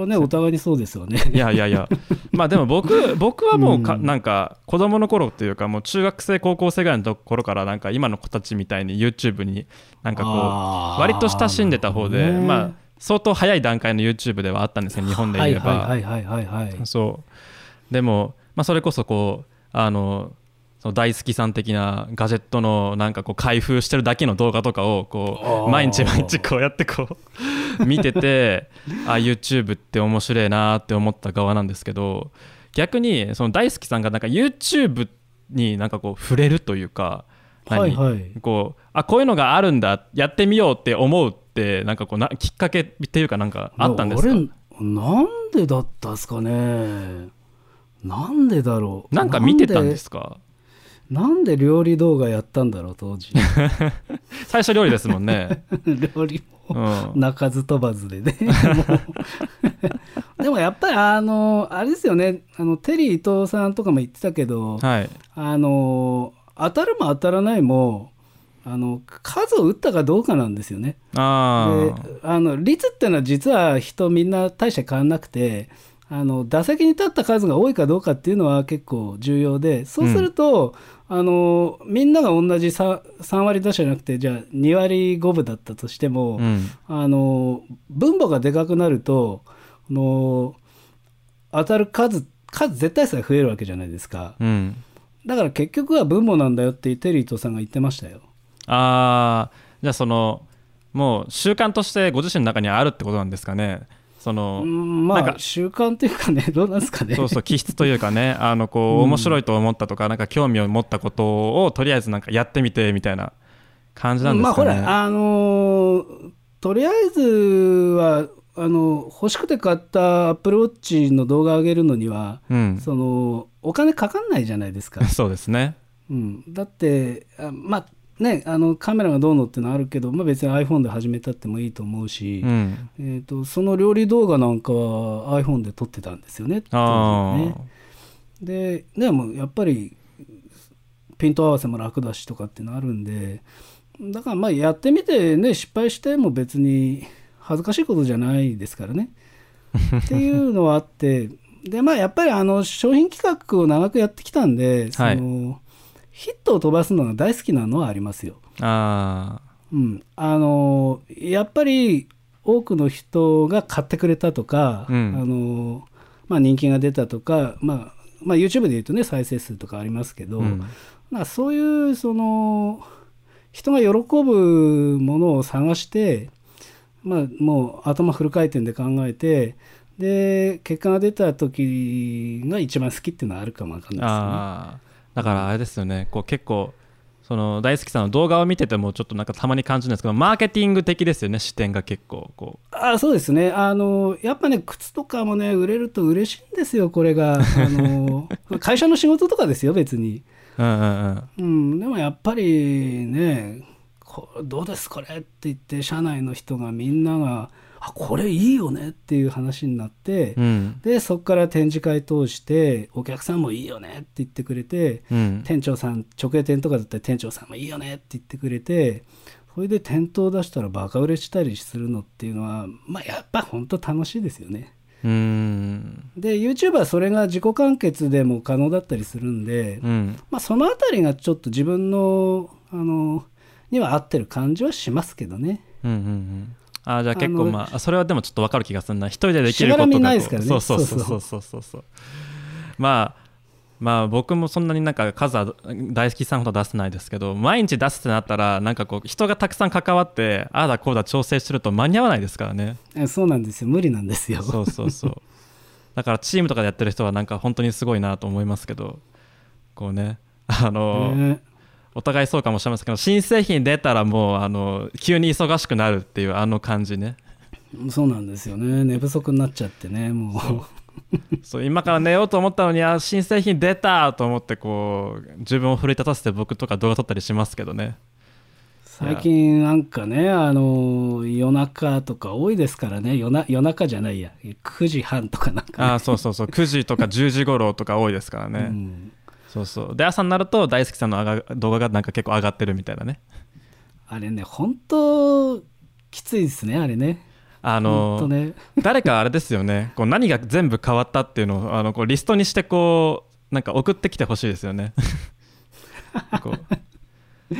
S2: はねお互いにそうですよね
S1: いやいやいや、まあでも僕僕はもうか、
S2: うん
S1: なんか子供の頃っていうか、もう中学生、高校生ぐらいのところから、なんか今の子たちみたいに YouTube に、なんかこう、割と親しんでた方で、まあ、相当早い段階の YouTube ではあったんですよ、日本で言えば。
S2: はいはいはいはいはい、
S1: そうでも、まあ、それこそこうあのその大好きさん的なガジェットのなんかこう開封してるだけの動画とかをこ
S2: あー
S1: う毎日毎日こうやってこう見て
S2: [laughs]
S1: てあ YouTube って面白いなって思った側なんですけど逆にその大好きさんがなんか YouTube になんかこう触れるというか何
S2: はいはい
S1: こうあこういうのがあるんだやってみようって思うってなんかこうなきっかけっていうかなんかあったんですか
S2: いや俺なんでだったんですかねなんでだろう
S1: なんか見てたんですか
S2: なんで料理動画やったんだろう当時
S1: 最初料理ですもん
S2: [laughs]
S1: ね。
S2: 料理
S1: う
S2: も
S1: ん、
S2: 鳴かず飛ばずでねもうでもやっぱりあのあれですよねあのテリー伊藤さんとかも言ってたけど、
S1: はい。
S2: あの当たるも当たらないもあの数を打ったかどうかなんですよね。
S1: ああ、
S2: であの率っていうのは実は人みんな大して変わんなくてあの打席に立った数が多いかどうかっていうのは結構重要でそうすると、あのみんなが同じ 3, 3割打者じゃなくてじゃあ2割5分だったとしても、
S1: うん、
S2: あの分母がでかくなるとあの当たる数数絶対数が増えるわけじゃないですか
S1: うん、
S2: だから結局は分母なんだよってテリー伊藤さんが言ってましたよ。
S1: ああ、じゃあそのもう習慣としてご自身の中にあるってことなんですかね。その、
S2: うんま
S1: なん
S2: あ
S1: か
S2: 習慣というかねどうなんですかね。
S1: そうそう気質というか
S2: [laughs]
S1: ねあのこう面白いと思ったとか、なんか興味を持ったことをとりあえずなんかやってみてみたいな感じなんで
S2: まあ
S1: すか
S2: ほ
S1: ね。
S2: ら、あのーとりあえずはあの欲しくて買ったアップルウォッチの動画上げるのには、
S1: うん、。
S2: そのお金かかんないじゃないですか
S1: [laughs] そうですね。
S2: うん、だってあまあねあのカメラがどうのってのはあるけど、まあ、別に iPhone で始めたってもいいと思うし、
S1: うん、
S2: えー、とその料理動画なんかは iPhone で撮ってたんですよね。
S1: ああ、
S2: 当時ねででもやっぱりピント合わせも楽だしとかってなるんでだからまあやってみてね失敗しても別に恥ずかしいことじゃないですからねっていうのはあってでまあやっぱりあの商品企画を長くやってきたんでその、ヒットを飛ばすのが大好きなのはありますよ。
S1: あ
S2: うん、あのやっぱり多くの人が買ってくれたとか、
S1: うん
S2: あのまあ、人気が出たとか、まあまあ、YouTube で言うとね再生数とかありますけ
S1: あ、
S2: ど、
S1: うん
S2: まあ、そういうその人が喜ぶものを探して、まあ、もう頭フル回転で考えてで結果が出た時が一番好きっていうのはあるかもわかんないですよね。
S1: ああだからあれですよねこう結構その大好きさんの動画を見ててもちょっとなんかたまに感じるんですけどマーケティング的ですよね視点が結構こ
S2: あそうですねあのやっぱね靴とかもね売れると嬉しいんですよこれがあの [laughs] 会社の仕事とかですよ別に、
S1: ううんうんうん
S2: うん、でもやっぱりねこどうですこれって言って社内の人がみんながあこれいいよねっていう話になって、
S1: うん
S2: でそこから展示会通してお客さんもいいよねって言ってくれて
S1: うん
S2: 店長さん直営店とかだったら店長さんもいいよねって言ってくれてそれで店頭出したらバカ売れしたりするのっていうのはまあやっぱ本当楽しいですよね
S1: うん
S2: で YouTube はそれが自己完結でも可能だったりするんで、
S1: うん
S2: まあ、そのあたりがちょっと自分のあのには合ってる感じはしますけどね
S1: うんうんうんあーじゃあ結
S2: あ
S1: 構
S2: の
S1: まあそれはでもちょっと分かる気がするな一人でできること
S2: しがらみ
S1: が
S2: ない
S1: こう
S2: ですからね
S1: そうそうそ
S2: そう
S1: そ
S2: うそう
S1: うそうそうそうまあまあ僕もそんなになんか数は大好きさんほど出せないですけど毎日出すってなったらなんかこう人がたくさん関わってああだこうだ調整してると間に合わないですからね
S2: えそうなんですよ無理なんですよ
S1: そうそうそう
S2: [laughs]
S1: だからチームとかでやってる人はなんか本当にすごいなと思いますけどこうねあの、
S2: ね
S1: お互いそうかもしれませんけど新製品出たらもうあの急に忙しくなるっていうあの感じね
S2: そうなんですよね寝不足になっちゃってねも
S1: そう今から寝ようと思ったのにあ新製品出たと思ってこう自分を奮い立たせて僕とか動画撮ったりしますけどね
S2: う最近なんかねあの夜中とか多いですからね夜な夜中じゃないや9時半とかなんか
S1: あーそうそうそう9時とか10時頃とか多いですからね、
S2: うん
S1: そうそうで朝になると大好きさんの上が動画がなんか結構上がってるみたいなね
S2: あれね本当きついですねあれね
S1: あ
S2: ほ
S1: の
S2: んとね
S1: 誰かあれですよねこう何が全部変わったっていうのをあのこうリストにしてこうなんか送ってきてほしいですよ
S2: [laughs]
S1: ねこう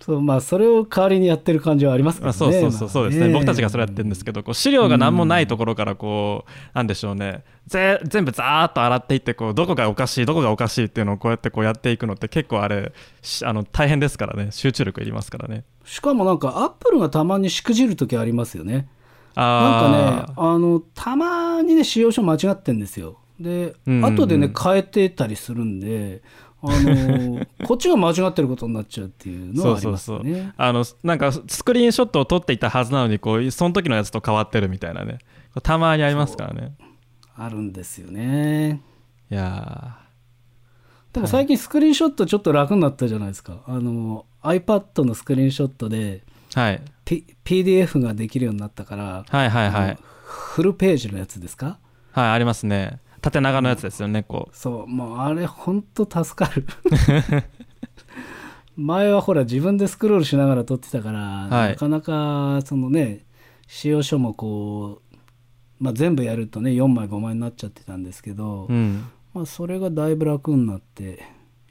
S2: そうまあそれを代わりにやってる感じはありますけどね
S1: あそうそうそうそうですね、僕たちがそれやってるんですけどこう資料が何もないところからこう、なんでしょうねぜ全部ざーっと洗っていってこうどこがおかしいどこがおかしいっていうのをこうやってこうやっていくのって結構あれしあの大変ですからね集中力いりますからね
S2: しかもなんかアップルがたまにしくじる時ありますよねなん
S1: あ
S2: かねあのたまにね使用書間違ってんですよで、
S1: うん
S2: 後でね変えてたりするんであの
S1: [laughs]
S2: こっちが間違ってることになっちゃうっていうのはありますよね
S1: そうそうそうあのなんかスクリーンショットを撮っていたはずなのにこうその時のやつと変わってるみたいなねたまにありますからね
S2: あるんですよね
S1: いや
S2: でも最近スクリーンショットちょっと楽になったじゃないですか、あの iPad のスクリーンショットで、
S1: ー、はい、
S2: P、PDF ができるようになったから
S1: はいはいはいは
S2: あの
S1: い
S2: フルページのやつですか
S1: ありますね縦長のやつですよねこう
S2: そうもうあれほんと助かる [laughs] 前はほら自分でスクロールしながら撮ってたから、
S1: はい
S2: なかなかそのね使用書もこう、まあ、全部やるとね4枚5枚になっちゃってたんですけど、
S1: うん、
S2: まあ、それがだいぶ楽になって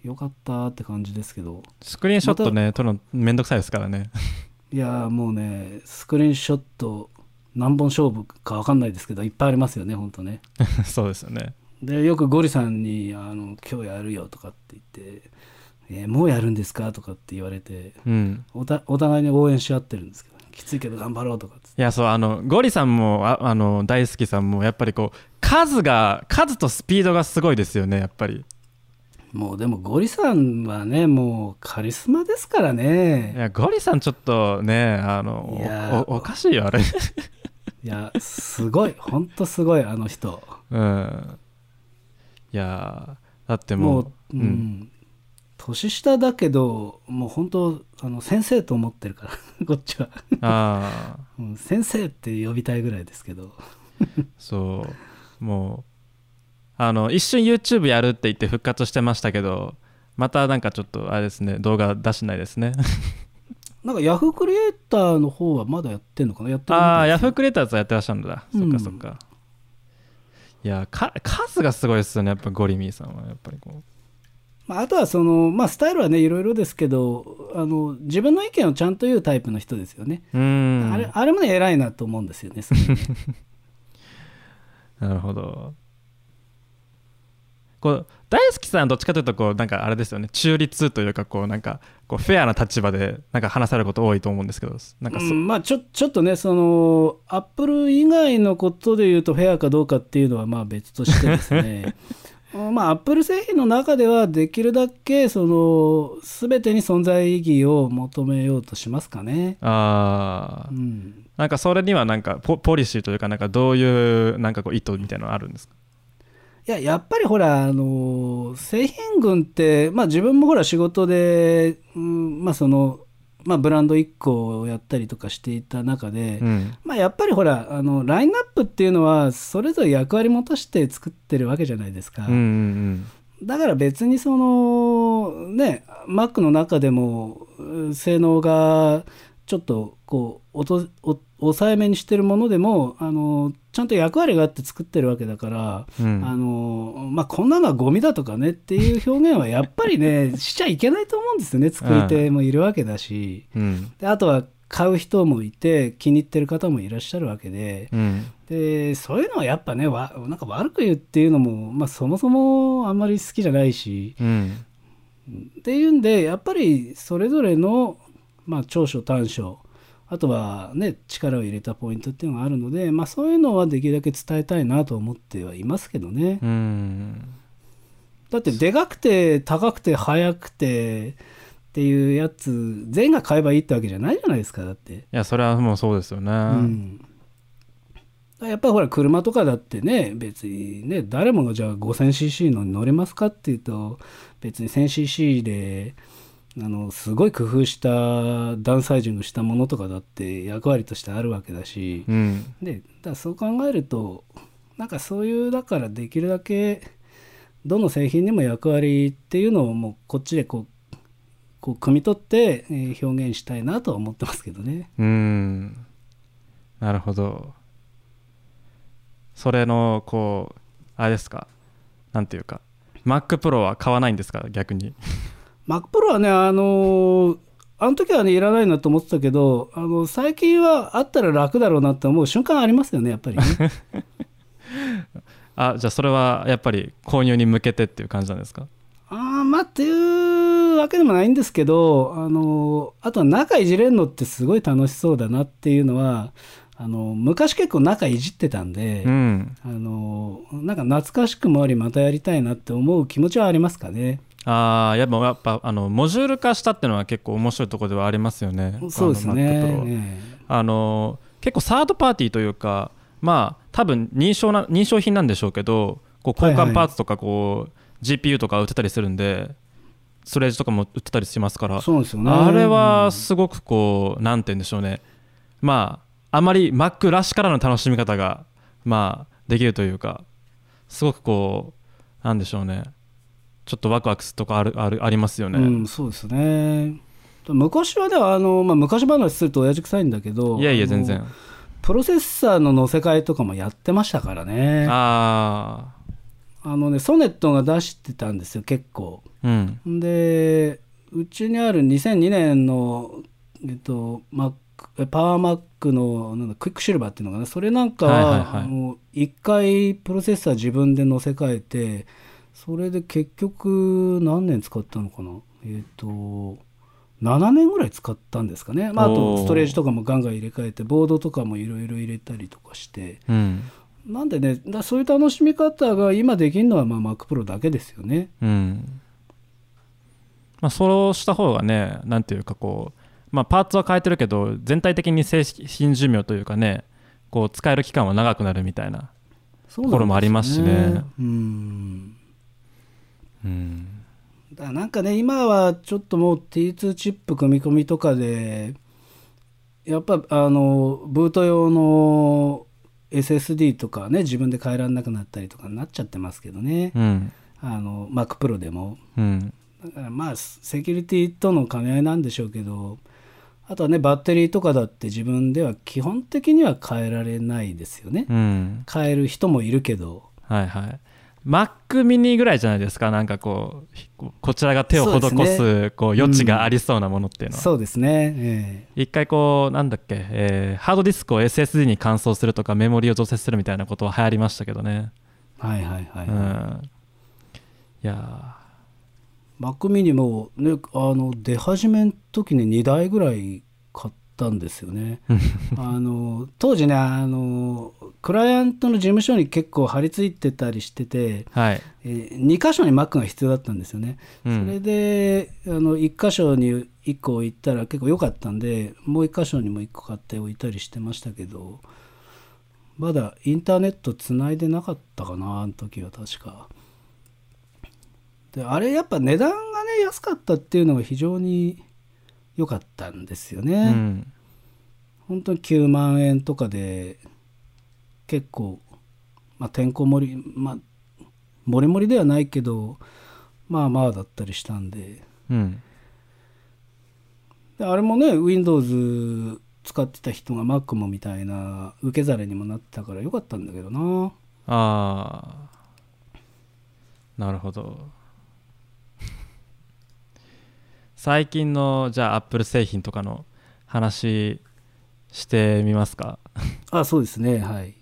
S2: よかったって感じですけど
S1: スクリーンショットね、撮るのめんどくさいですからね。 [laughs]
S2: いやーもうねスクリーンショット何本勝負か分かんないですけどいっぱいありますよねほんとね。
S1: そうですよね。
S2: でよくゴリさんにあの「今日やるよ」とかって言って「えーもうやるんですか?」とかって言われて
S1: うん。
S2: おたお互いに応援し合ってるんですけど、きついけど頑張ろうとかっつっ
S1: い
S2: て
S1: や、そう、あの、ゴリさんも、ああの、大好きさんも、やっぱりこう、数が、数とスピードがすごいですよね、やっぱり。
S2: もうでもゴリさんはねもうカリスマですから
S1: い
S2: ね
S1: や、ゴリさんちょっとね、あ
S2: いや
S1: の
S2: ー、
S1: おおおかしい
S2: [laughs]
S1: よ、あれ。
S2: いやすごいほんとすごいあの人
S1: うん。いやーだっても
S2: も
S1: う、
S2: う、
S1: う
S2: うんん年下だけどもう本当あの先生と思ってるから [laughs] こっちは、
S1: ああ、
S2: うん先生って呼びたいぐらいですけど
S1: そう、もう、あの、一瞬 YouTube やるって言って復活してましたけど、またなんかちょっと、あれですね、動画出してないですね。
S2: なんかヤフークリエイターの方はまだやってんのかなやってるみ
S1: あ
S2: た
S1: あ、
S2: い
S1: ヤ
S2: です
S1: フークリエイターズやってらっしゃるんだ。
S2: う
S1: そっ
S2: ん
S1: かそっか。いやか、数がすごいですよね、やっぱゴリミーさんは。やっぱりこう。
S2: まあ、あとはその、まあ、スタイルはねいろいろですけどあの自分の意見をちゃんと言うタイプの人ですよね、
S1: うーん。
S2: あれあれもね偉いなと思うんですよねすごいね
S1: なるほど。こう大好きさんはどっちかというとこうなんかあれですよね中立というかこうなんかこうフェアな立場でなんか話されること多いと思うんですけどなんかそ、
S2: うんまあ、ちょちょっとねそのアップル以外のことで言うとフェアかどうかっていうのはまあ別としてです
S1: [laughs]
S2: ねうんまあアップル製品の中ではできるだけその全てに存在意義を求めようとしますかね。
S1: あ
S2: う
S1: ー
S2: ん、
S1: なんかそれにはなんかポポリシーというかなんかどういうなんかこう意図みたいなのあるんですか
S2: いや、やっぱりほら、あのー製品群って、まあ自分もほら仕事で、うん、まあその、まあブランド1個をやったりとかしていた中で、
S1: うん
S2: まあやっぱりほら、あの、ラインナップっていうのは、それぞれ役割持たして作ってるわけじゃないですか。
S1: うんうん
S2: だから別にその、ね、Mac の中でも、うん性能が、ちょっとこうおとお抑えめにしてるものでもあのちゃんと役割があって作ってるわけだから、
S1: うんうん
S2: あのまあ、こんなのはゴミだとかねっていう表現はやっぱりねしちゃいけないと思うんですよね作り手もいるわけだし、
S1: うん
S2: であとは買う人もいて気に入ってる方もいらっしゃるわけで
S1: うん
S2: でそういうのはやっぱねわなんか悪く言うっていうのも、まあ、そもそもあんまり好きじゃないし
S1: うん
S2: っていうんでやっぱりそれぞれの、まあ、長所短所あとはね力を入れたポイントっていうのがあるので、まあ、そういうのはできるだけ伝えたいなと思ってはいますけどね。
S1: うん
S2: だってでかくて高くて速くてっていうやつ全員が買えばいいってわけじゃないじゃないですかだって、
S1: いやそれはもうそうですよね、
S2: うん、だからやっぱりほら車とかだってね別にね誰もがじゃあ 5000cc のに乗れますかっていうと別に 1000cc であのすごい工夫したダウンサイジングしたものとかだって役割としてあるわけだし、
S1: うん
S2: でだからそう考えるとなんかそういうだからできるだけどの製品にも役割っていうのをもうこっちでこうこう汲み取って、えー表現したいなとは思ってますけどね。
S1: うーんなるほどそれのこうあれですかなんていうか MacPro は買わないんですか逆に
S2: MacPro はねあのーあの時はねいらないなと思ってたけどあの最近はあったら楽だろうなって思う瞬間ありますよねやっぱりね。
S1: あじゃあそれはやっぱり購入に向けてっていう感じなんですか
S2: あーまあっていうわけでもないんですけど、あのあとは仲いじれるのってすごい楽しそうだなっていうのはあの昔結構仲いじってたんで、
S1: うん
S2: あのなんか懐かしくもありまたやりたいなって思う気持ちはありますかね。
S1: あーやっぱやっぱあのモジュール化したっていうのは結構面白いところではありますよね
S2: そうですね。
S1: あの MacPro は
S2: ね
S1: あの結構サードパーティーというかまあ多分認証な認証品なんでしょうけどこう
S2: はい
S1: 交
S2: はい
S1: 換パーツとかこう、GPU とか売ってたりするんでストレージとかも売ってたりしますから、
S2: そうですよね。
S1: あれはすごくこうなんて言うんでしょうねまああまり Mac らしからの楽しみ方がまあできるというかすごくこうなんでしょうねちょっとワクワクするとこあるあるありますよね、
S2: うん、そうですね昔はではあの、まあ、昔話すると親父臭いんだけど
S1: いやいや
S2: あの
S1: 全然
S2: プロセッサーの乗せ替えとかもやってましたからねあ
S1: あ
S2: のねソネットが出してたんですよ結構
S1: あうん
S2: でうちにある2002年の、えっと、マックえパワーマックのなんだクイックシルバーっていうのかなそれなんかは,、
S1: はいはいはい
S2: もう1回プロセッサー自分で乗せ替えてそれで結局何年使ったのかなえっと7年ぐらい使ったんですかね、まあ、あ
S1: お
S2: と
S1: ー
S2: ストレージとかもガンガン入れ替えてボードとかもいろいろ入れたりとかして
S1: うん
S2: なんでねだそういう楽しみ方が今できるのはまあ MacPro だけですよね。
S1: うんまあそうした方がねなんていうかこうまあパーツは変えてるけど全体的に製品寿命というかねこう使える期間は長くなるみたいな
S2: と
S1: ころもありますしね。
S2: うん
S1: うん
S2: だからなんかね今はちょっともう T2 チップ組み込みとかでやっぱあのブート用の SSD とかはね自分で変えられなくなったりとかになっちゃってますけどね、
S1: うん
S2: あの MacPro でも
S1: うん
S2: だからまあセキュリティとの兼ね合いなんでしょうけどあとはねバッテリーとかだって自分では基本的には変えられないですよね、
S1: うん
S2: 変える人もいるけど
S1: はいはい Mac mini ぐらいじゃないですかなんかこうひここちらが手を施す
S2: そうです
S1: こう余地がありそうなものっていうのは、
S2: そうですね、ええ
S1: 一回こうなんだっけ、えーハードディスクを SSD に換装するとかメモリを増設するみたいなことは流行りましたけどね、
S2: はいはいはい、
S1: うんいや
S2: マックミニも、ね、あの出始めの時に2台ぐらい買ったんですよ
S1: [laughs]
S2: ねあの当時ねあのクライアントの事務所に結構張り付いてたりしてて、
S1: ーはい
S2: え2箇所に Mac が必要だったんですよね、
S1: うん
S2: それであの1箇所に1個置いたら結構良かったんでもう1箇所にも1個買って置いたりしてましたけどまだインターネットつないでなかったかなあの時は確かであれやっぱ値段がね安かったっていうのが非常に良かったんですよね、
S1: うん
S2: 本当に9万円とかで結構、まあ、てんこ盛りまあもりもりではないけどまあまあだったりしたんで
S1: うん
S2: であれもね Windows 使ってた人が Mac もみたいな受け皿にもなってたからよかったんだけどな
S1: ああなるほど最近のじゃあアップル製品とかの話してみますか
S2: あそうですねはい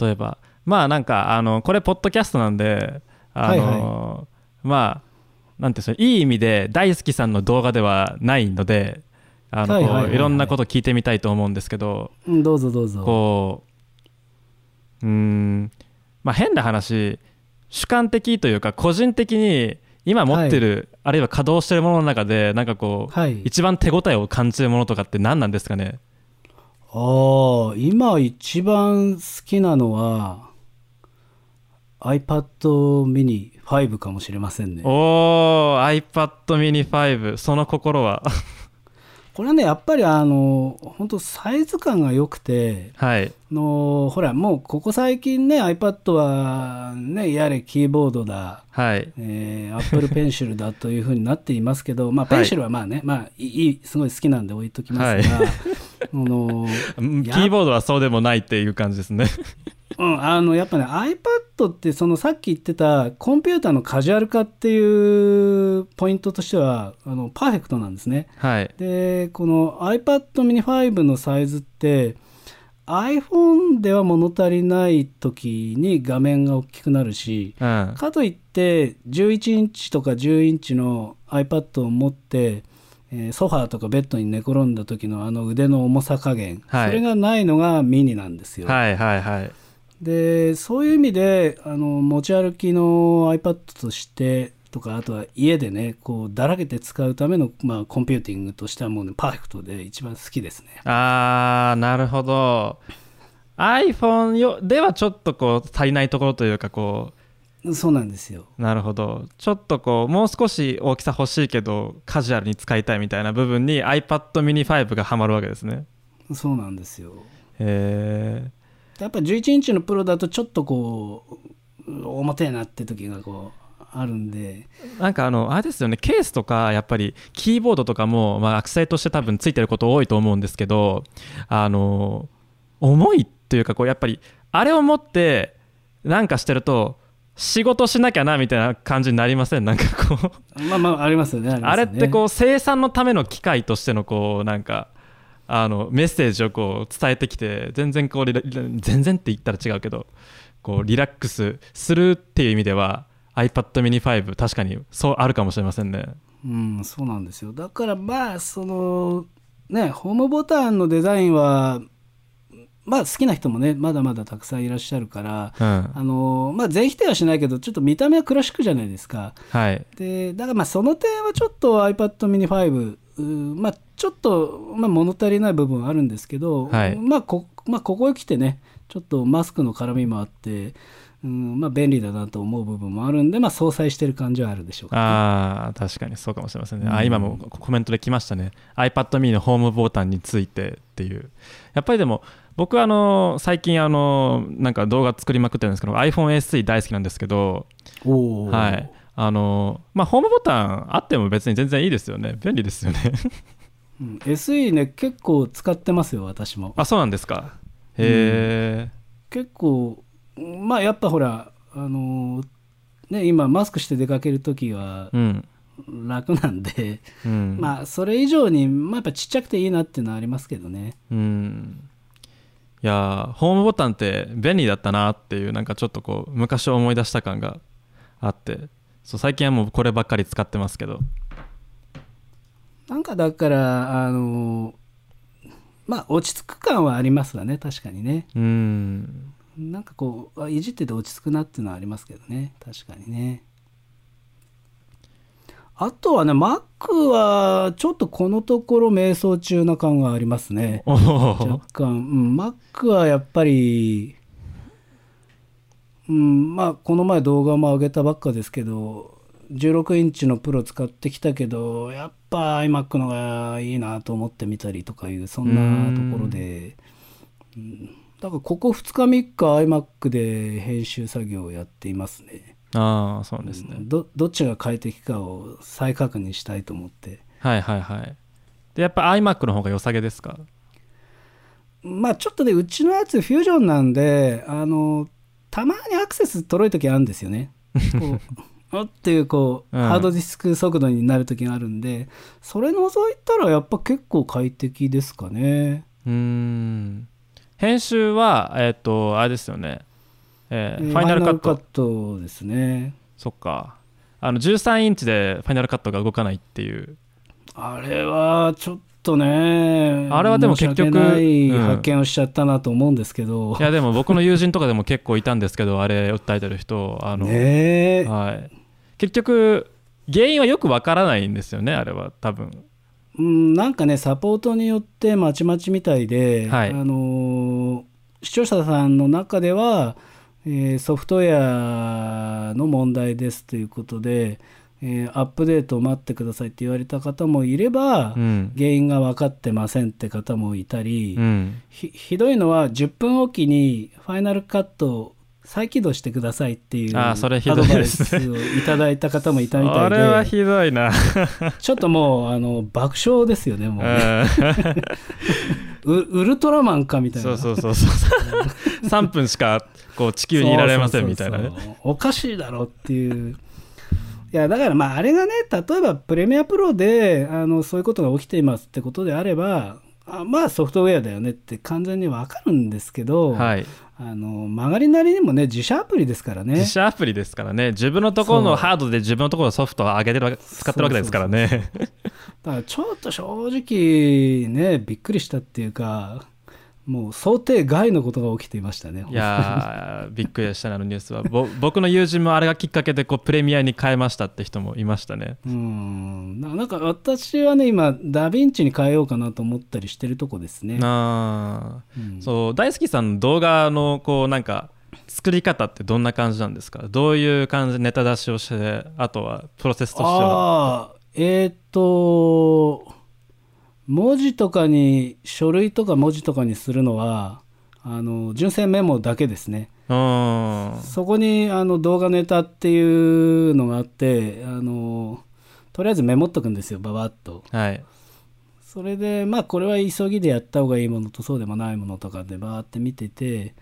S1: 例えばまあなんかあのこれポッドキャストなんであの、
S2: はい
S1: まあなんていうんでしょういい意味で大好きさんの動画ではないのであの
S2: はいはいはい
S1: こ
S2: は
S1: う
S2: い
S1: いろんなこと聞いてみたいと思うんですけど
S2: うんどうぞどうぞ
S1: こううーんまあ変な話主観的というか個人的に今持ってる、あるいは稼働してるものの中でなんかこう、
S2: はい
S1: 一番手応えを感じるものとかって何なんですかね
S2: ああ今一番好きなのは iPad mini5 かもしれませんね
S1: おー iPad mini 5その心は [laughs]
S2: これはねやっぱりあの本当サイズ感が良くて
S1: はい
S2: あのほらもうここ最近ね iPad はねやれキーボードだ、
S1: はい
S2: えー、Apple Pencil だというふうになっていますけどまあ
S1: は
S2: ペ
S1: い
S2: ンシルはまあね、まあいいいすごい好きなんで置いときますが、 [laughs] あの
S1: うんキ
S2: や
S1: ーボードはそうでもないっていう感じですね [laughs]
S2: うん、あのやっぱね iPad ってそのさっき言ってたコンピューターのカジュアル化っていうポイントとしてはあのパーフェクトなんですね。
S1: はい
S2: でこの iPad mini5 のサイズって iPhone では物足りない時に画面が大きくなるし
S1: うん
S2: [laughs] かといって11インチとか10インチの iPad を持って、えーソファーとかベッドに寝転んだ時のあの腕の重さ加減、
S1: はい
S2: それがないのがミニなんですよ。
S1: はいはいはい
S2: でそういう意味であの持ち歩きの iPad としてとかあとは家でねこうだらけて使うための、まあ、コンピューティングとしてはもう、ね、パーフェクトで一番好きですね。
S1: あーなるほど iPhone よではちょっとこう足りないところというかこ
S2: そうなんですよ。
S1: うなるほどちょっとこうもう少し大きさ欲しいけどカジュアルに使いたいみたいな部分に iPad mini5 がハマるわけですね
S2: そうなんですよ。
S1: へえ
S2: やっぱ11インチのプロだとちょっとこううん重てえなって時がこうあるんで、
S1: なんかあのあれですよねケースとかやっぱりキーボードとかも、まあ、アクセとして多分ついてること多いと思うんですけどあの重いっていうかこうやっぱりあれを持ってなんかしてると仕事しなきゃなみたいな感じになりませんなんかこう
S2: まあまあありますよね。ありま
S1: あ
S2: す
S1: れ
S2: よ
S1: っ
S2: ね
S1: てこう生産のための機械としてのこうなんかあのメッセージをこう伝えてきて全然こうリラ全然って言ったら違うけどこうリラックスするっていう意味では iPad mini5 確かにそうあるかもしれませんね
S2: うん、そうなんですよ。だからまあ、その、ね、ホームボタンのデザインは、まあ好きな人もね、まだまだたくさんいらっしゃるから、
S1: うん
S2: あの、まあ全否定はしないけど、ちょっと見た目はクラシックじゃないですか。
S1: はい
S2: で、だからまあその点はちょっと iPad mini 5、うんまあちょっと、まあ物足りない部分はあるんですけど、
S1: はい
S2: まあこ、まあここへ来てね、ちょっとマスクの絡みもあって、うん、まあ便利だなと思う部分もあるんで、まあ相殺してる感じはあるでしょうかね
S1: あー確かにそうかもしれませんね、
S2: う
S1: あ
S2: ん
S1: 今もコメントで来ましたね iPad mini のホームボタンについてっていうやっぱりでも僕はあの最近あのなんか動画作りまくってるんですけど iPhoneSE 大好きなんですけど
S2: おー
S1: はい。あのまあ、ホームボタンあっても別に全然いいですよね。便利ですよね。
S2: うん SE ね結構使ってますよ私も
S1: [laughs] あ、そうなんですか。へえ、
S2: 結構うんまあやっぱほらあのーね今マスクして出かける時は
S1: うん。
S2: 楽なんで、
S1: うん。
S2: まあそれ以上に、まあ、やっぱちっちゃくていいなっていうのはありますけどね
S1: うん。いやーホームボタンって便利だったなっていう、なんかちょっとこう、昔を思い出した感があって、そう最近はもうこればっかり使ってますけど。
S2: なんかだからあのーまあ落ち着く感はありますわね確かにね [laughs]
S1: うん。
S2: なんかこうあいじってて落ち着くなっていうのはありますけどね確かにねあとはね Mac はちょっとこのところ迷走中な感がありますね
S1: おお
S2: 若。干、うん、Mac はやっぱりうんまあこの前動画も上げたばっかですけど16インチのプロ使ってきたけどやっぱ iMac のがいいなと思ってみたりとかいうそんなところでうんだからここ2日3日 iMac で編集作業をやっていますね
S1: ああ、そうですね。
S2: どどっちが快適かを再確認したいと思って
S1: はいはいはい。で、やっぱ iMac の方が良さげですか
S2: まあちょっとね、うちのやつフュージョンなんで、あの、たまにアクセスとろい時あるんですよね。こ
S1: [laughs]
S2: う、あっていうこう、
S1: うん
S2: ハードディスク速度になる時があるんで、それ除いたらやっぱ結構快適ですかね。
S1: うーん編集はえっ、とあれですよね、えー
S2: えー
S1: ファイナルカッ
S2: ファ
S1: ト
S2: イナルカットですね。
S1: そっかあの13インチでファイナルカットが動かないっていう
S2: あれはちょっとね、
S1: あれはでも結局
S2: 申し訳ない
S1: うん
S2: 発見をしちゃったなと思うんですけど、
S1: いやでも僕の友人とかでも結構いたんですけどあれ訴えてる人あの、
S2: ねえ
S1: はい、結局原因はよくわからないんですよねあれは多分
S2: うん、なんかね、サポートによってまちまちみたいで、
S1: はい
S2: あのー視聴者さんの中では、えーソフトウェアの問題ですということで、えーアップデートを待ってくださいって言われた方もいれば、
S1: うん、
S2: 原因が分かってませんって方もいたり、
S1: うん、
S2: ひひどいのは10分おきにファイナルカットを再起動してくださいっていう
S1: あ
S2: ア
S1: ーそれひ
S2: ド
S1: どい
S2: バ
S1: で
S2: イ
S1: す
S2: ス
S1: ね
S2: をいただいた方もいたみた
S1: あ
S2: いで
S1: れはひどいな
S2: ちょっともうあの爆笑ですよねもうね。ウウルトラマンかみたいな。
S1: そうそうそうそう3分しかこう地球にいられませんみたいな
S2: そう
S1: ね
S2: そうそうそうおかしいだろっていう。いやだからまああれがね例えばプレミアプロであのそういうことが起きていますってことであればあまあソフトウェアだよねって完全にわかるんですけど、
S1: はい
S2: あの曲がりなりにもね自社アプリですからね
S1: 自社アプリですからね自分のところ
S2: そ
S1: の
S2: う
S1: ハードで自分のところのソフトを上げてるわけ使ってるわけですからね
S2: だからちょっと正直ねびっくりしたっていうかもう想定外のことが起きていましたね。
S1: いやーびっくりしたねあのニュースはぼ [laughs] 僕の友人もあれがきっかけでこうプレミアに変えましたって人もいましたね
S2: うんななんか私はね今ダ・ヴィンチに変えようかなと思ったりしてるとこですね。
S1: あー
S2: うん
S1: そう大好きさんの動画のこうなんか作り方ってどんな感じなんですかどういう感じでネタ出しをしてあとはプロセスとしては
S2: ああえっ、と文字とかに書類とか文字とかにするのはあの純正メモだけですね。
S1: うん
S2: そこにあの動画ネタっていうのがあってあのとりあえずメモっとくんですよババッと
S1: はい
S2: それでまあこれは急ぎでやった方がいいものとそうでもないものとかでバーって見てて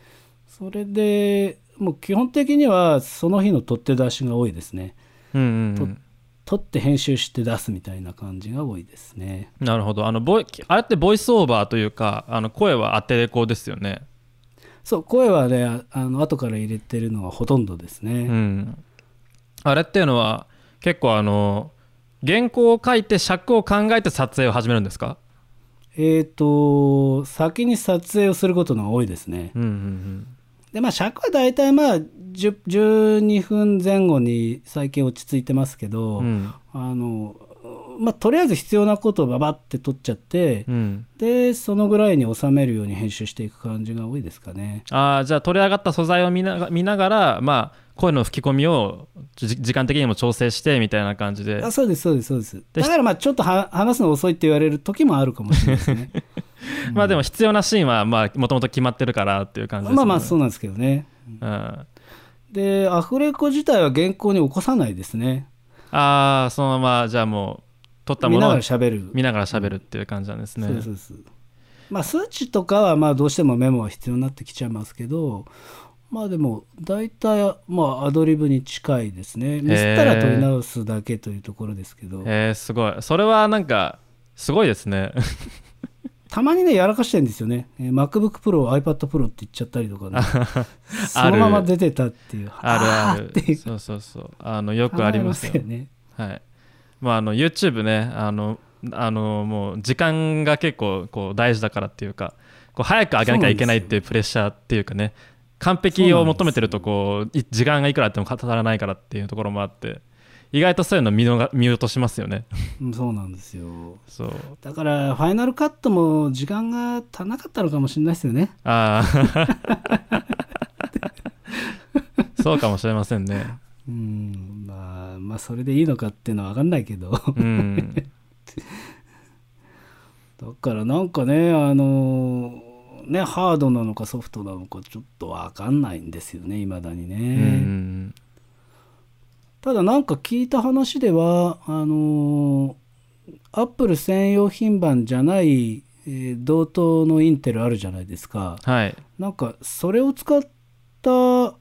S2: それでもう基本的にはその日の取って出しが多いですね
S1: うんうんうん
S2: 取って編集して出すみたいな感じが多いですね
S1: なるほどあのボイあれってボイスオーバーというかあの声は当てレコですよね、
S2: そう声はねああの後から入れてるのがほとんどですね、
S1: うん、あれっていうのは結構あの原稿を書いて尺を考えて撮影を始めるんですか、
S2: えっ、と先に撮影をすることの方が多いですね
S1: うんうんうん、
S2: でまあ尺は大体まあ10 12分前後に最近落ち着いてますけど、
S1: うん
S2: あのまあとりあえず必要なことをババって取っちゃって、
S1: うん、
S2: でそのぐらいに収めるように編集していく感じが多いですかね
S1: あーじゃあ取り上がった素材を見なが見ながら、まあ、声の吹き込みをじ時間的にも調整してみたいな感じで
S2: あそうですそうですそうです
S1: で
S2: だからまあちょっとは話すの遅いって言われる時もあるかもしれないですね
S1: まあでも必要なシーンはもともと決まってるからっていう感じです、
S2: まあまあそううなんですけどね
S1: うん、あ
S2: でアフレコ自体は原稿に起こさないですね
S1: あーそのままじゃあもう撮った
S2: 見
S1: も
S2: な
S1: の
S2: が
S1: を
S2: ら喋る
S1: 見ながら喋るっていう感じなんですね、
S2: そうですそうですまあ数値とかはまあどうしてもメモは必要になってきちゃいますけどまあでも大体まあアドリブに近いですねミスったら取り直すだけというところですけど、
S1: えー、すごいそれはなんかすごいですね
S2: たまにねやらかしてるんですよね、えー MacBookProiPadPro って言っちゃったりと
S1: [laughs]
S2: かねそのまま出てたっていう
S1: あるあ
S2: ーってい
S1: る
S2: う
S1: そうそうそうあのよくありますよ
S2: 考えね
S1: はいまああの YouTube ねあのあのもう時間が結構こう大事だからっていうかこう早く上げなきゃいけないっていうプレッシャーっていうかね完璧を求めてるとこうい時間がいくらあっても語らないからっていうところもあって意外とそういうの見のが見落としますよね
S2: うんそうなんですよ
S1: そう
S2: だからファイナルカットも時間が足んなかったのかもしれないですよね
S1: ああ
S2: [laughs]
S1: そうかもしれませんね
S2: うんまあまあそれでいいのかっていうのは分かんないけど [laughs] だ
S1: うん
S2: からなんかねあのねハードなのかソフトなのかちょっと分かんないんですよねいまだにね、
S1: うん
S2: ただなんか聞いた話ではあのアップル専用品番じゃない、えー同等のインテルあるじゃないですか
S1: はい
S2: なんかそれを使った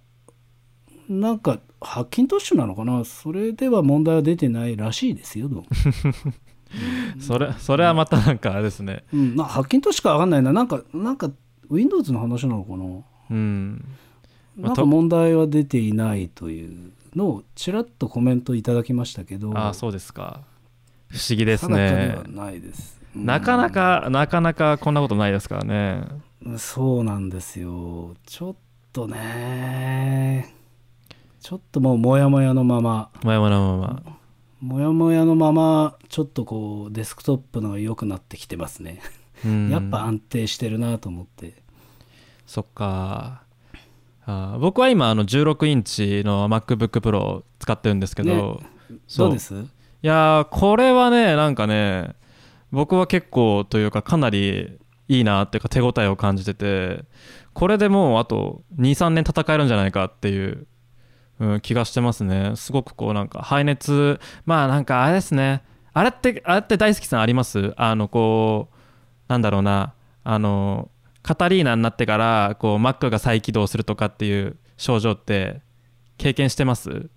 S2: なんかハッキントッシュなのかなそれでは問題は出てないらしいですよどうも
S1: それそれはまたなんかあれですね
S2: うん、なハッキントッシュかわかんないな。なんか、なんか、Windows の話なのかな
S1: うんまあ
S2: なん
S1: と
S2: か問題は出ていないというのを、ちらっとコメントいただきましたけど、
S1: ああそうですか不思議です
S2: 定かで
S1: ね
S2: はないです。うん
S1: なかなかなかなかこんなことないですからね
S2: そうなんですよ。ちょっとね、ちょっともう、もやもやのまま、
S1: まやまやままま
S2: もやもやのまま、ちょっとこう、デスクトップのが良くなってきてますね。
S1: うん
S2: やっぱ安定してるなと思って。
S1: そっかあー僕は今あの16インチの MacBookPro を使ってるんですけど、そ
S2: どうです
S1: いやーこれはねなんかね僕は結構というかかなりいいなっていうか手応えを感じててこれでもうあと23年戦えるんじゃないかっていう、うん、気がしてますねすごくこうなんか排熱まあなんかあれですねあれってあれって大好きさんありますあのこうなんだろうなあのカタリーナになってからこう Mac が再起動するとかっていう症状って経験してます